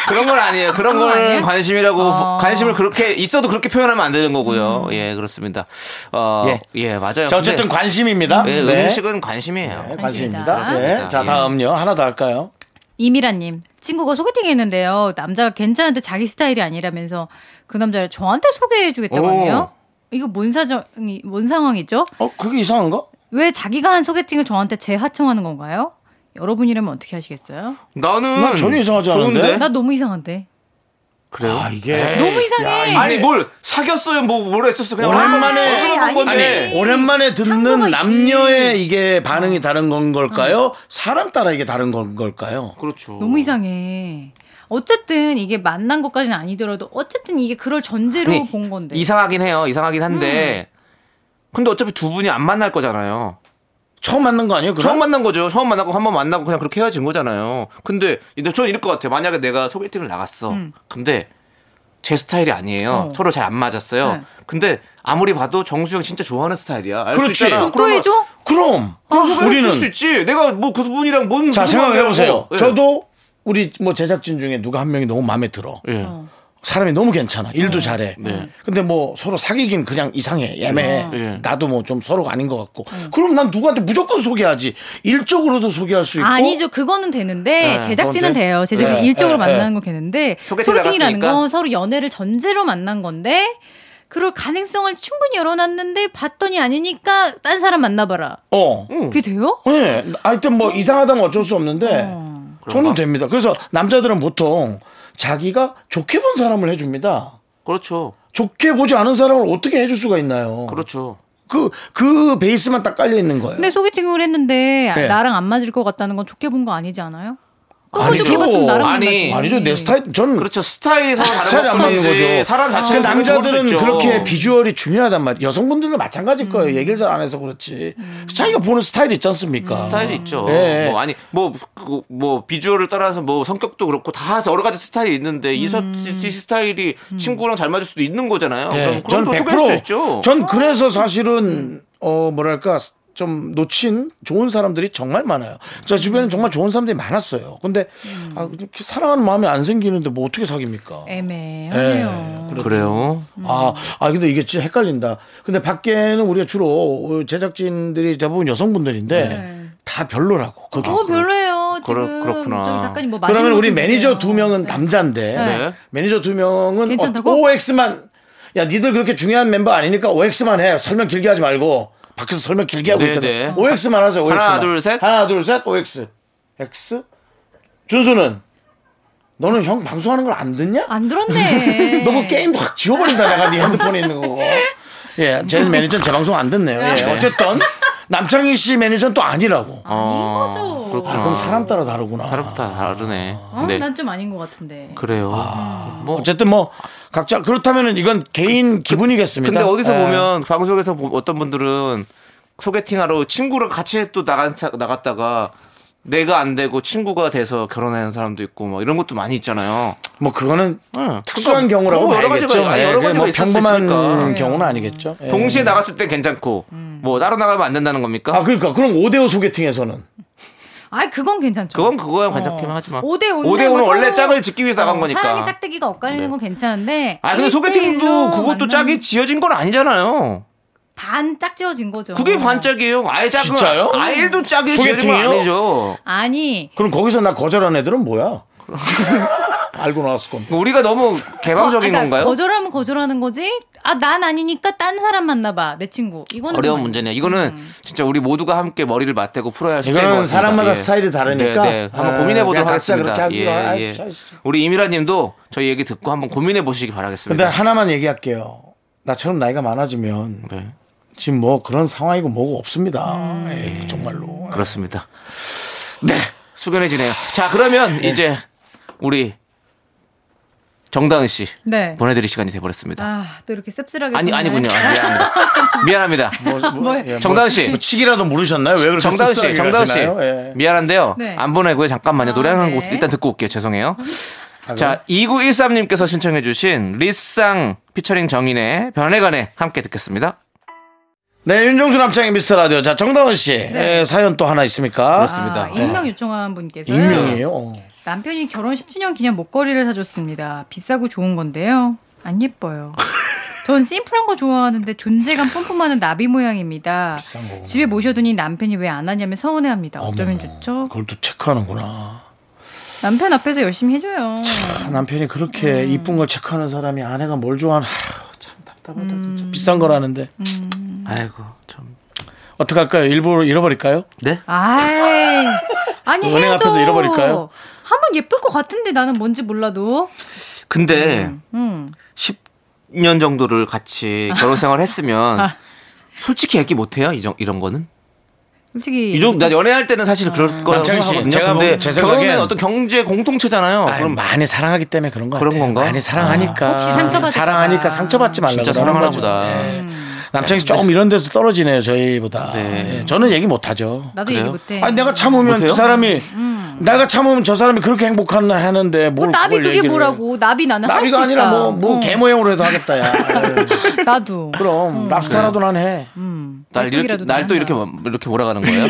Speaker 4: 그런 건 아니에요. 그런
Speaker 9: 그런 거
Speaker 4: 거는
Speaker 9: 아니에요? 음.
Speaker 4: 관심이라고 관심을 그렇게 있어도 그렇게 표현하면 안 되는 거고요. 예, 그렇습니다. 어,
Speaker 3: 예.
Speaker 4: 예. 맞아요.
Speaker 3: 자, 어쨌든
Speaker 4: 근데
Speaker 3: 관심입니다.
Speaker 4: 예,
Speaker 3: 네.
Speaker 4: 음식은 관심이에요.
Speaker 3: 네,
Speaker 9: 관심입니다.
Speaker 3: 관심입니다. 네.
Speaker 4: 그렇습니다.
Speaker 3: 자,
Speaker 4: 예.
Speaker 3: 다음요. 하나 더 할까요?
Speaker 9: 이미라님 친구가 소개팅 했는데요. 남자가 괜찮은데 자기 스타일이 아니라면서 그 남자를 저한테 소개해주겠다고
Speaker 4: 오.
Speaker 9: 하네요. 이거 뭔 사정이 뭔 상황이죠?
Speaker 3: 어, 그게 이상한가?
Speaker 9: 왜 자기가 한 소개팅을 저한테 재하청하는 건가요? 여러분이라면 어떻게 하시겠어요?
Speaker 4: 나는
Speaker 3: 난 전혀 이상하지 않은데?
Speaker 4: 좋은데?
Speaker 9: 나 너무 이상한데.
Speaker 4: 그래요?
Speaker 3: 아, 이게
Speaker 9: 너무 이상해.
Speaker 4: 아니 뭘 사귀었어요? 뭐 뭐라 했었어? 그냥
Speaker 3: 오랜만에-
Speaker 4: 얼굴만 본
Speaker 9: 아니,
Speaker 4: 건데.
Speaker 9: 아니.
Speaker 3: 오랜만에
Speaker 9: 한국어
Speaker 3: 듣는 남녀의 이게 반응이 다른 건 걸까요? 사람 따라 이게 다른 건 걸까요?
Speaker 4: 그렇죠.
Speaker 9: 너무 이상해. 어쨌든 이게 만난 것까지는 아니더라도 어쨌든 이게 그럴 전제로
Speaker 4: 아니,
Speaker 9: 본 건데. 음.
Speaker 4: 이상하긴 해요. 이상하긴 한데. 근데 어차피 두 분이 안 만날 거잖아요.
Speaker 3: 처음 만난 거 아니에요? 그럼?
Speaker 4: 처음 만난 거죠. 처음 만나고 한 번 만나고 그냥 그렇게 헤어진 거잖아요. 근데 근데 저는 이럴 것 같아요. 만약에 내가 소개팅을 나갔어.
Speaker 3: 음.
Speaker 4: 근데 제 스타일이 아니에요.
Speaker 9: 어.
Speaker 4: 서로 잘 안 맞았어요.
Speaker 9: 네.
Speaker 4: 근데 아무리 봐도 정수영 진짜 좋아하는 스타일이야. 알수
Speaker 3: 그렇지.
Speaker 4: 있잖아.
Speaker 9: 또 해줘?
Speaker 3: 그럼
Speaker 9: 아,
Speaker 4: 우리는 수
Speaker 3: 우리는
Speaker 4: 있지. 내가 뭐 그분이랑 뭔
Speaker 3: 자
Speaker 4: 무슨
Speaker 3: 생각해
Speaker 4: 관계라고.
Speaker 3: 보세요.
Speaker 4: 예.
Speaker 3: 저도 우리 뭐 제작진 중에 누가 한 명이 너무 마음에 들어.
Speaker 4: 예.
Speaker 3: 사람이 너무 괜찮아. 일도 잘해.
Speaker 4: 네.
Speaker 3: 근데 뭐 서로 사귀긴 그냥 이상해. 애매해.
Speaker 4: 네.
Speaker 3: 나도 뭐 좀 서로가 아닌 것 같고.
Speaker 4: 음.
Speaker 3: 그럼 난 누구한테 무조건 소개하지. 일적으로도 소개할 수 있고.
Speaker 9: 아니죠. 그거는 되는데
Speaker 4: 네,
Speaker 9: 제작진은
Speaker 4: 그건 돼?
Speaker 9: 돼요. 제작진
Speaker 3: 네,
Speaker 9: 일적으로
Speaker 3: 네,
Speaker 9: 만나는 건 되는데
Speaker 4: 소개팅
Speaker 9: 소개팅이라는
Speaker 4: 나갔으니까.
Speaker 9: 건 서로 연애를 전제로 만난 건데 그럴 가능성을 충분히 열어놨는데 봤더니 아니니까 딴 사람 만나봐라.
Speaker 3: 어.
Speaker 9: 그게 돼요?
Speaker 3: 네. 하여튼 뭐 이상하다면 어쩔 수 없는데 저는
Speaker 4: 음. 그런가?
Speaker 3: 됩니다. 그래서 남자들은 보통 자기가 좋게 본 사람을 해줍니다.
Speaker 4: 그렇죠.
Speaker 3: 좋게 보지 않은 사람을 어떻게 해줄 수가 있나요?
Speaker 4: 그렇죠.
Speaker 3: 그, 그 베이스만 딱 깔려 있는 거예요.
Speaker 9: 근데 소개팅을 했는데
Speaker 3: 네.
Speaker 9: 나랑 안 맞을 것 같다는 건 좋게 본 거 아니지 않아요? 너무
Speaker 3: 아니죠.
Speaker 9: 좋게 봤으면 나랑
Speaker 4: 아니,
Speaker 9: 만나지.
Speaker 3: 아니죠. 내 스타일, 저는
Speaker 4: 그렇죠. 스타일이 서로 다른
Speaker 3: 스타일이 안 맞는
Speaker 4: 것뿐이지.
Speaker 3: 거죠.
Speaker 4: 사람 자체가
Speaker 3: 그
Speaker 4: 다른 걸
Speaker 3: 남자들은
Speaker 4: 볼수 있죠. 어.
Speaker 3: 그렇게 비주얼이 중요하단 말이에요. 여성분들도 마찬가지일 거예요. 얘기를 잘 안 해서 그렇지. 자기가 보는 스타일이 있지 않습니까?
Speaker 4: 음, 스타일이 있죠.
Speaker 3: 예.
Speaker 4: 뭐 아니 뭐 뭐 비주얼을 따라서 뭐 성격도 그렇고 다 여러 가지 스타일이
Speaker 3: 음.
Speaker 4: 있는데 이서 씨 스타일이 친구랑 잘 맞을 수도 있는 거잖아요.
Speaker 3: 예,
Speaker 4: 그럼 그럼도 소개할 수 있죠.
Speaker 3: 전 그래서 사실은 어 뭐랄까 좀 놓친 좋은 사람들이 정말 많아요. 저 주변에 정말 좋은 사람들이 많았어요. 근데 아, 이렇게 사랑하는 마음이 안 생기는데 뭐 어떻게 사귀입니까?
Speaker 9: 애매하네요.
Speaker 3: 예, 그렇죠.
Speaker 4: 그래요.
Speaker 3: 아, 아 근데 이게 진짜 헷갈린다. 근데 밖에는 우리가 주로 제작진들이 대부분 여성분들인데
Speaker 9: 네.
Speaker 3: 다 별로라고. 아, 그게.
Speaker 9: 어 별로예요 지금.
Speaker 4: 그렇- 그렇구나.
Speaker 9: 저기 작가님 뭐
Speaker 3: 그러면
Speaker 9: 맛있는
Speaker 3: 우리
Speaker 9: 것도
Speaker 3: 매니저
Speaker 9: 드세요.
Speaker 3: 두 명은 남자인데
Speaker 4: 네.
Speaker 3: 매니저 두 명은
Speaker 9: 괜찮다고?
Speaker 3: 어, OX만 야 니들 그렇게 중요한 멤버 아니니까 OX만 해 설명 길게 하지 말고 밖에서 설명 길게 하고
Speaker 4: 네,
Speaker 3: 있거든
Speaker 4: 네.
Speaker 3: OX만 하세요 OX만.
Speaker 4: 하나, 둘, 셋.
Speaker 3: 하나 둘셋 OX X 준수는 너는 형 방송하는 걸 안 듣냐?
Speaker 9: 안
Speaker 4: 예.
Speaker 3: [LAUGHS]
Speaker 9: 들었네.
Speaker 3: 너 그 게임 확 지워버린다 내가 네 핸드폰에 있는 거. 예, 제 매니저는 제 방송 안 듣네요. 예, 어쨌든 남창희 씨 매니저는 또 아니라고.
Speaker 4: 어,
Speaker 9: 거죠.
Speaker 4: 그렇구나.
Speaker 3: 아, 그럼 사람 따라 다르구나.
Speaker 4: 다르다 다르네.
Speaker 9: 어?
Speaker 4: 네.
Speaker 9: 난좀 아닌 것 같은데.
Speaker 4: 그래요. 뭐
Speaker 3: 어쨌든 뭐 각자 그렇다면은 이건 개인 기분이겠습니다.
Speaker 4: 근데 어디서
Speaker 3: 예.
Speaker 4: 보면 방송에서 보- 어떤 분들은 소개팅하러 친구랑 같이 또 나간 사- 나갔다가 내가 안 되고 친구가 돼서 결혼하는 사람도 있고 뭐 이런 것도 많이 있잖아요.
Speaker 3: 뭐 그거는
Speaker 4: 응.
Speaker 3: 특수한
Speaker 4: 그러니까
Speaker 3: 경우라고
Speaker 4: 그거 여러
Speaker 3: 봐야겠죠.
Speaker 4: 가지가- 아니,
Speaker 3: 예,
Speaker 4: 여러
Speaker 3: 그게 뭐
Speaker 4: 가지가 있을 수
Speaker 3: 평범한
Speaker 4: 있으니까.
Speaker 3: 경우는 아니겠죠. 예.
Speaker 4: 동시에 나갔을 땐 괜찮고
Speaker 9: 음.
Speaker 4: 뭐 따로 나가면 안 된다는 겁니까?
Speaker 3: 아 그러니까 그럼 5대5 소개팅에서는
Speaker 9: 아 그건 괜찮죠. 어.
Speaker 4: 그건 그거야 괜찮기만 하지만
Speaker 9: 5대 5는 어,
Speaker 4: 5대 5는 원래 짝을 짓기 위해서 나간 거니까. 네.
Speaker 9: 사랑이 짝대기가 엇갈리는 건 괜찮은데.
Speaker 4: 아 근데
Speaker 9: 1대1 로
Speaker 4: 소개팅도 그것도
Speaker 9: 만나면
Speaker 4: 짝이 지어진 건 아니잖아요.
Speaker 9: 반짝지어진 거죠.
Speaker 4: 그게 반짝이에요. 아예 짝은
Speaker 3: 진짜요?
Speaker 4: 아예 일도 짝이 지어진 건
Speaker 3: 소개팅이요?
Speaker 4: 아니죠.
Speaker 9: 아니
Speaker 3: 그럼 거기서 나 거절한 애들은 뭐야? [LAUGHS] 알고 나왔을 겁니다.
Speaker 4: 우리가 너무 개방적인
Speaker 9: 거- 그러니까
Speaker 4: 건가요?
Speaker 9: 거절하면 거절하는 거지. 아 난 아니니까 딴 사람 만나봐 내 친구. 이거는 음.
Speaker 4: 어려운
Speaker 9: 좀-
Speaker 4: 문제네요. 이거는 진짜 우리 모두가 함께 머리를 맞대고 풀어야 할 숙제인 것
Speaker 3: 이거는
Speaker 4: 같습니다.
Speaker 3: 사람마다
Speaker 4: 예.
Speaker 3: 스타일이 다르니까
Speaker 4: 네, 네. 한번
Speaker 3: 아,
Speaker 4: 고민해
Speaker 3: 그냥
Speaker 4: 보도록
Speaker 3: 각자
Speaker 4: 하겠습니다.
Speaker 3: 그렇게 하기로 하-
Speaker 4: 예, 예.
Speaker 3: 아이씨, 아이씨.
Speaker 4: 우리 이미라님도 저희 얘기 듣고 한번 고민해 보시기
Speaker 3: 근데
Speaker 4: 바라겠습니다.
Speaker 3: 하나만 얘기할게요. 나처럼 나이가 많아지면
Speaker 4: 네,
Speaker 3: 지금 뭐 그런 상황이고 뭐고 없습니다. 예, 정말로.
Speaker 4: 그렇습니다. 네, 숙연해지네요. 자, 그러면 이제 우리 정다은 씨
Speaker 9: 네.
Speaker 4: 보내드릴 시간이 돼버렸습니다.
Speaker 9: 아 또 이렇게 씁쓸하게.
Speaker 4: 아니
Speaker 9: 보내네.
Speaker 4: 아니군요.
Speaker 9: [LAUGHS]
Speaker 4: 미안합니다. 미안합니다. 정다은 씨.
Speaker 3: 아, 뭐 치기라도 모르셨나요? 왜 그렇게
Speaker 4: [LAUGHS] 정다은 씨,
Speaker 3: 씁쓸하게
Speaker 4: 정다은 씨,
Speaker 3: 가시나요? 예.
Speaker 4: 미안한데요.
Speaker 9: 네.
Speaker 4: 안 보내고요. 잠깐만요. 노래
Speaker 9: 아,
Speaker 4: 한 곡
Speaker 9: 네.
Speaker 4: 일단 듣고 올게요. 죄송해요.
Speaker 3: 아,
Speaker 4: 자, 2913님께서 신청해주신 리쌍 피처링 정인의 변해간에 함께 듣겠습니다.
Speaker 3: 네, 윤종수 남창의 미스터 라디오. 자, 정다은 씨 예, 사연 또 하나 있습니까?
Speaker 4: 그렇습니다. 네.
Speaker 9: 아, 네. 익명 요청한 분께서
Speaker 3: 익명이에요. 어.
Speaker 9: 네. 남편이 결혼 17년 기념 목걸이를 사줬습니다. 비싸고 좋은 건데요. 안 예뻐요. 전 심플한 거 좋아하는데 존재감 뿜뿜하는 나비 모양입니다.
Speaker 3: 거.
Speaker 9: 집에 모셔두니 남편이 왜 안 하냐며 서운해합니다. 어쩌면 좋죠?
Speaker 3: 그걸 또 체크하는구나.
Speaker 9: 남편 앞에서 열심히 해줘요.
Speaker 3: 아, 남편이 그렇게
Speaker 9: 음.
Speaker 3: 이쁜 걸 체크하는 사람이 아내가 뭘 좋아하나. 아휴, 참 답답하다.
Speaker 9: 음.
Speaker 3: 진짜 비싼 거라는데.
Speaker 4: 아이고, 참.
Speaker 3: 어떡할까요? 일부러 잃어버릴까요?
Speaker 9: 아이, 아니
Speaker 3: 은행
Speaker 9: 헤어져.
Speaker 3: 앞에서 잃어버릴까요?
Speaker 9: 한번 예쁠 것 같은데 나는 뭔지 몰라도.
Speaker 4: 근데
Speaker 9: 음.
Speaker 4: 10년 정도를 같이 결혼 생활 했으면
Speaker 9: 아.
Speaker 4: 솔직히 얘기 못해요? 이정, 이런 거는?
Speaker 9: 솔직히
Speaker 4: 이나 연애할 때는 사실
Speaker 9: 아.
Speaker 4: 그럴 거라고
Speaker 3: 남창희 씨,
Speaker 4: 생각하거든요.
Speaker 3: 제가
Speaker 4: 근데
Speaker 3: 보기엔 제 생각엔-
Speaker 4: 결혼은 어떤 경제 공동체잖아요.
Speaker 3: 아이, 뭐,
Speaker 4: 그럼
Speaker 3: 어, 많이 사랑하기 때문에 그런 거
Speaker 4: 그런
Speaker 3: 같아요.
Speaker 4: 건가?
Speaker 3: 많이 사랑하니까.
Speaker 9: 혹시 상처받을까 음.
Speaker 3: 사랑하니까
Speaker 9: 봐.
Speaker 3: 상처받지 말라고.
Speaker 4: 진짜
Speaker 3: 그러는
Speaker 4: 사랑하나
Speaker 3: 거죠.
Speaker 4: 보다.
Speaker 3: 예. 남창이 조금 이런 데서 떨어지네요, 저희보다.
Speaker 4: 네.
Speaker 3: 예, 저는 얘기 못 하죠.
Speaker 9: 나도
Speaker 4: 그래요?
Speaker 9: 얘기 못해. 뭐
Speaker 3: 아니 내가 참으면
Speaker 4: 못해요?
Speaker 3: 그 사람이 내가 참으면 저 사람이 그렇게 행복하나 하는데 뭘
Speaker 9: 음. 뭐 나비
Speaker 3: 그걸
Speaker 9: 그게
Speaker 3: 얘기를-
Speaker 9: 뭐라고? 나비 나는 할수
Speaker 3: 나비가 아니라
Speaker 9: 있다.
Speaker 3: 뭐 뭐
Speaker 9: 어.
Speaker 3: 개모양으로 해도 하겠다
Speaker 9: [LAUGHS]
Speaker 3: 야 아유,
Speaker 9: 나도. 음.
Speaker 3: 그럼 랍스타라도 난 해
Speaker 4: 날 이렇게,
Speaker 9: 메뚜기라도
Speaker 4: 날 또 이렇게, 뭐,
Speaker 9: 나간다. 음.
Speaker 4: 이렇게 몰아가는 거예요?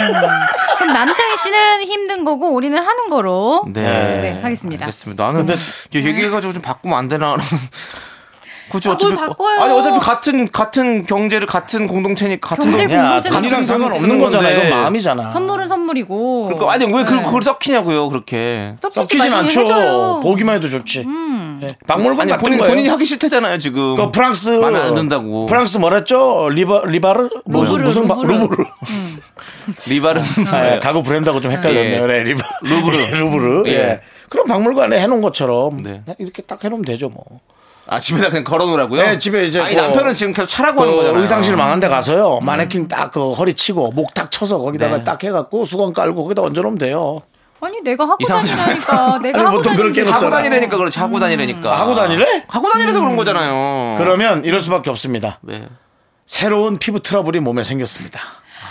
Speaker 9: 그럼 남창희 씨는 힘든 거고 우리는 하는 거로
Speaker 4: 네.
Speaker 9: 네, 하겠습니다. 네.
Speaker 4: 알겠습니다. 나는 이제 얘기해가지고 좀 바꾸면 안 되나? [LAUGHS] 그렇죠.
Speaker 9: 아, 뭘 바꿔요?
Speaker 4: 아니 어차피 같은 같은 경제를 같은 공동체니까 같은
Speaker 9: 경제
Speaker 4: 거-
Speaker 3: 야
Speaker 9: 공동체는
Speaker 3: 돈이랑
Speaker 9: 같은
Speaker 3: 상관없는
Speaker 4: 쓰는
Speaker 3: 거잖아
Speaker 4: 건데.
Speaker 3: 이건 마음이잖아
Speaker 9: 선물은 선물이고.
Speaker 4: 그러니까 아니 왜 그,
Speaker 9: 네.
Speaker 4: 그걸 섞이냐고요 그렇게.
Speaker 9: 섞이지
Speaker 3: 섞이진
Speaker 9: 말고
Speaker 3: 않죠
Speaker 9: 해줘요. 음.
Speaker 3: 보기만 해도 좋지 예. 박물관
Speaker 4: 아니
Speaker 3: 같은
Speaker 4: 본인
Speaker 3: 거예요
Speaker 4: 본인이 하기 싫대잖아요 지금.
Speaker 3: 그 프랑스
Speaker 4: 마음에 안 든다고.
Speaker 3: 프랑스 뭐랬죠 리바 리바르 뭐,
Speaker 9: 루브르,
Speaker 3: 무슨 바-
Speaker 9: 루브르.
Speaker 3: 루브르
Speaker 4: 리바른
Speaker 3: 아, 예, 가구 브랜드하고 좀 헷갈렸네요
Speaker 4: 예.
Speaker 3: 네, 리바
Speaker 4: 루브르.
Speaker 3: 루브르 [LAUGHS] 예.
Speaker 4: 예.
Speaker 3: 그럼 박물관에 해놓은 것처럼
Speaker 4: 네.
Speaker 3: 이렇게 딱 해놓으면 되죠 뭐
Speaker 4: 아 집에다 그냥 걸어놓으라고요?
Speaker 3: 네, 집에 이제
Speaker 4: 아니
Speaker 3: 뭐-
Speaker 4: 남편은 지금 계속 차라고 하는
Speaker 3: 그
Speaker 4: 거잖아요. 음.
Speaker 3: 의상실 망한 데 가서요. 마네킹 딱 그 허리 치고 목 딱 쳐서 거기다가
Speaker 4: 네.
Speaker 3: 딱 해갖고 수건 깔고 거기다 얹어놓으면 돼요.
Speaker 9: 아니 내가 하고
Speaker 4: 이상하지
Speaker 9: 다니라니까. 내가
Speaker 3: 아니,
Speaker 9: 하고
Speaker 3: 보통 그렇게
Speaker 9: 다니니까.
Speaker 4: 하고
Speaker 3: 해놓잖아.
Speaker 4: 다니라니까 그렇지 하고 다니라니까.
Speaker 3: 음. 아, 하고 다니래? 음.
Speaker 4: 하고 다니라서 그런 거잖아요.
Speaker 3: 그러면 이럴 수밖에 없습니다.
Speaker 4: 네.
Speaker 3: 새로운 피부 트러블이 몸에 생겼습니다.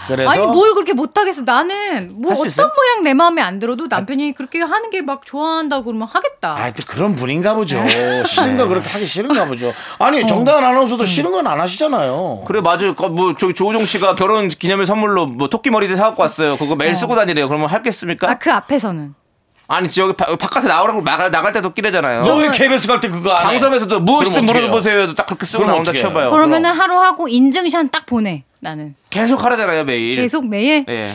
Speaker 3: 그래서
Speaker 9: 아니 뭘 그렇게 못하겠어 나는 뭐
Speaker 3: 할수
Speaker 9: 어떤
Speaker 3: 있어요?
Speaker 9: 모양 내 마음에 안 들어도 남편이 그렇게 하는 게 막 좋아한다고 그러면 하겠다
Speaker 3: 아, 또 그런 분인가
Speaker 9: [LAUGHS]
Speaker 3: 보죠. 싫은 거 그렇게 하기 싫은가 보죠.
Speaker 9: 어.
Speaker 3: 아니, 정다은 아나운서도 싫은 건 안 하시잖아요.
Speaker 4: 그래 맞아요. 거- 뭐 저기 조우종 씨가 결혼 기념일 선물로 뭐 토끼 머리대 사갖고 왔어요. 그거
Speaker 3: 네.
Speaker 4: 매일 쓰고 다니래요. 그러면
Speaker 9: 아,
Speaker 4: 할겠습니까?
Speaker 9: 그 앞에서는
Speaker 4: 아니 지역에 바, 바깥에 나오라고 막, 나갈 때도 끼래잖아요.
Speaker 3: 어? 너왜 KBS 갈 때 그거 안 해?
Speaker 4: 방송에서도 무엇이든
Speaker 3: 뭐, 네. 그럼 어떡해요?
Speaker 4: 물어보세요. 딱 그렇게 쓰고
Speaker 3: 그럼
Speaker 4: 나온다
Speaker 3: 어떡해요?
Speaker 4: 쳐봐요.
Speaker 9: 그러면은 하루 하고 인증샷 딱 보내 나는
Speaker 4: 계속 하라잖아요 매일.
Speaker 9: 계속 매일
Speaker 4: 예.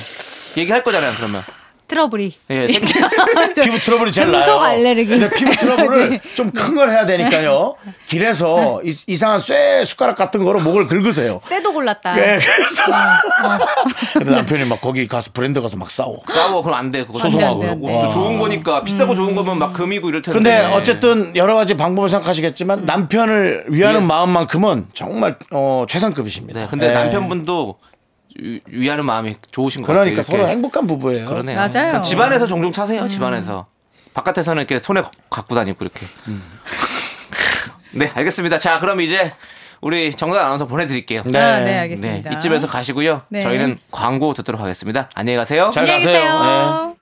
Speaker 4: 얘기할 거잖아요 그러면.
Speaker 9: 트러블이 [LAUGHS]
Speaker 4: 예.
Speaker 3: 피부 트러블이 제일 나요.
Speaker 9: 금속 알레르기.
Speaker 3: 근데 네, 피부 트러블을 좀 큰 걸 해야 되니까요. 길에서 이, 이상한 쇠 숟가락 같은 거로 목을 긁으세요.
Speaker 9: 쇠도 골랐다
Speaker 3: 예, 그래서. 근데 남편이 막 거기 가서 브랜드 가서 막 싸워.
Speaker 4: 싸워 그럼 안 돼. 그거
Speaker 9: 소송하고.
Speaker 4: 안 돼, 안 돼, 안 돼.
Speaker 3: 와.
Speaker 4: 좋은 거니까 비싸고 좋은 거면 막 금이고 이럴 텐데.
Speaker 3: 음. 근데 어쨌든 여러 가지 방법을 생각하시겠지만 남편을 위하는 마음만큼은 정말 어, 최상급이십니다.
Speaker 4: 네. 근데
Speaker 3: 예.
Speaker 4: 남편분도 위- 위하는 마음이 좋으신 것 같아요.
Speaker 3: 그러니까
Speaker 4: 이렇게.
Speaker 3: 서로 행복한 부부예요.
Speaker 4: 그러네요.
Speaker 9: 맞아요. 음.
Speaker 4: 그럼 집안에서 종종 차세요. 집안에서 바깥에서는 이렇게 손에 거- 갖고 다니고 이렇게.
Speaker 3: 음.
Speaker 4: [LAUGHS] 네, 알겠습니다. 자, 그럼 이제 우리 정답 아나운서 보내드릴게요.
Speaker 3: 네.
Speaker 9: 아, 네
Speaker 4: 네,
Speaker 9: 알겠습니다
Speaker 4: 이쯤에서 가시고요.
Speaker 9: 네.
Speaker 4: 저희는 광고 듣도록 하겠습니다. 안녕히 가세요.
Speaker 3: 잘
Speaker 9: 안녕히
Speaker 3: 가세요. 네.
Speaker 9: 계세요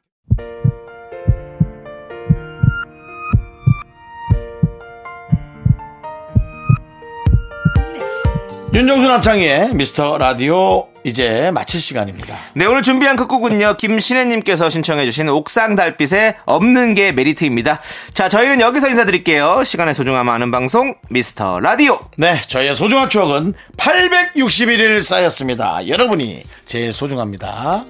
Speaker 3: 윤정수 남창희의 미스터 라디오 이제 마칠 시간입니다.
Speaker 4: 네, 오늘 준비한 끝곡은요. 김신혜님께서 신청해주신 옥상 달빛의 없는 게 메리트입니다. 자, 저희는 여기서 인사드릴게요. 시간의 소중함 아는 방송 미스터 라디오.
Speaker 3: 네, 저희의 소중한 추억은 861일 쌓였습니다. 여러분이 제일 소중합니다.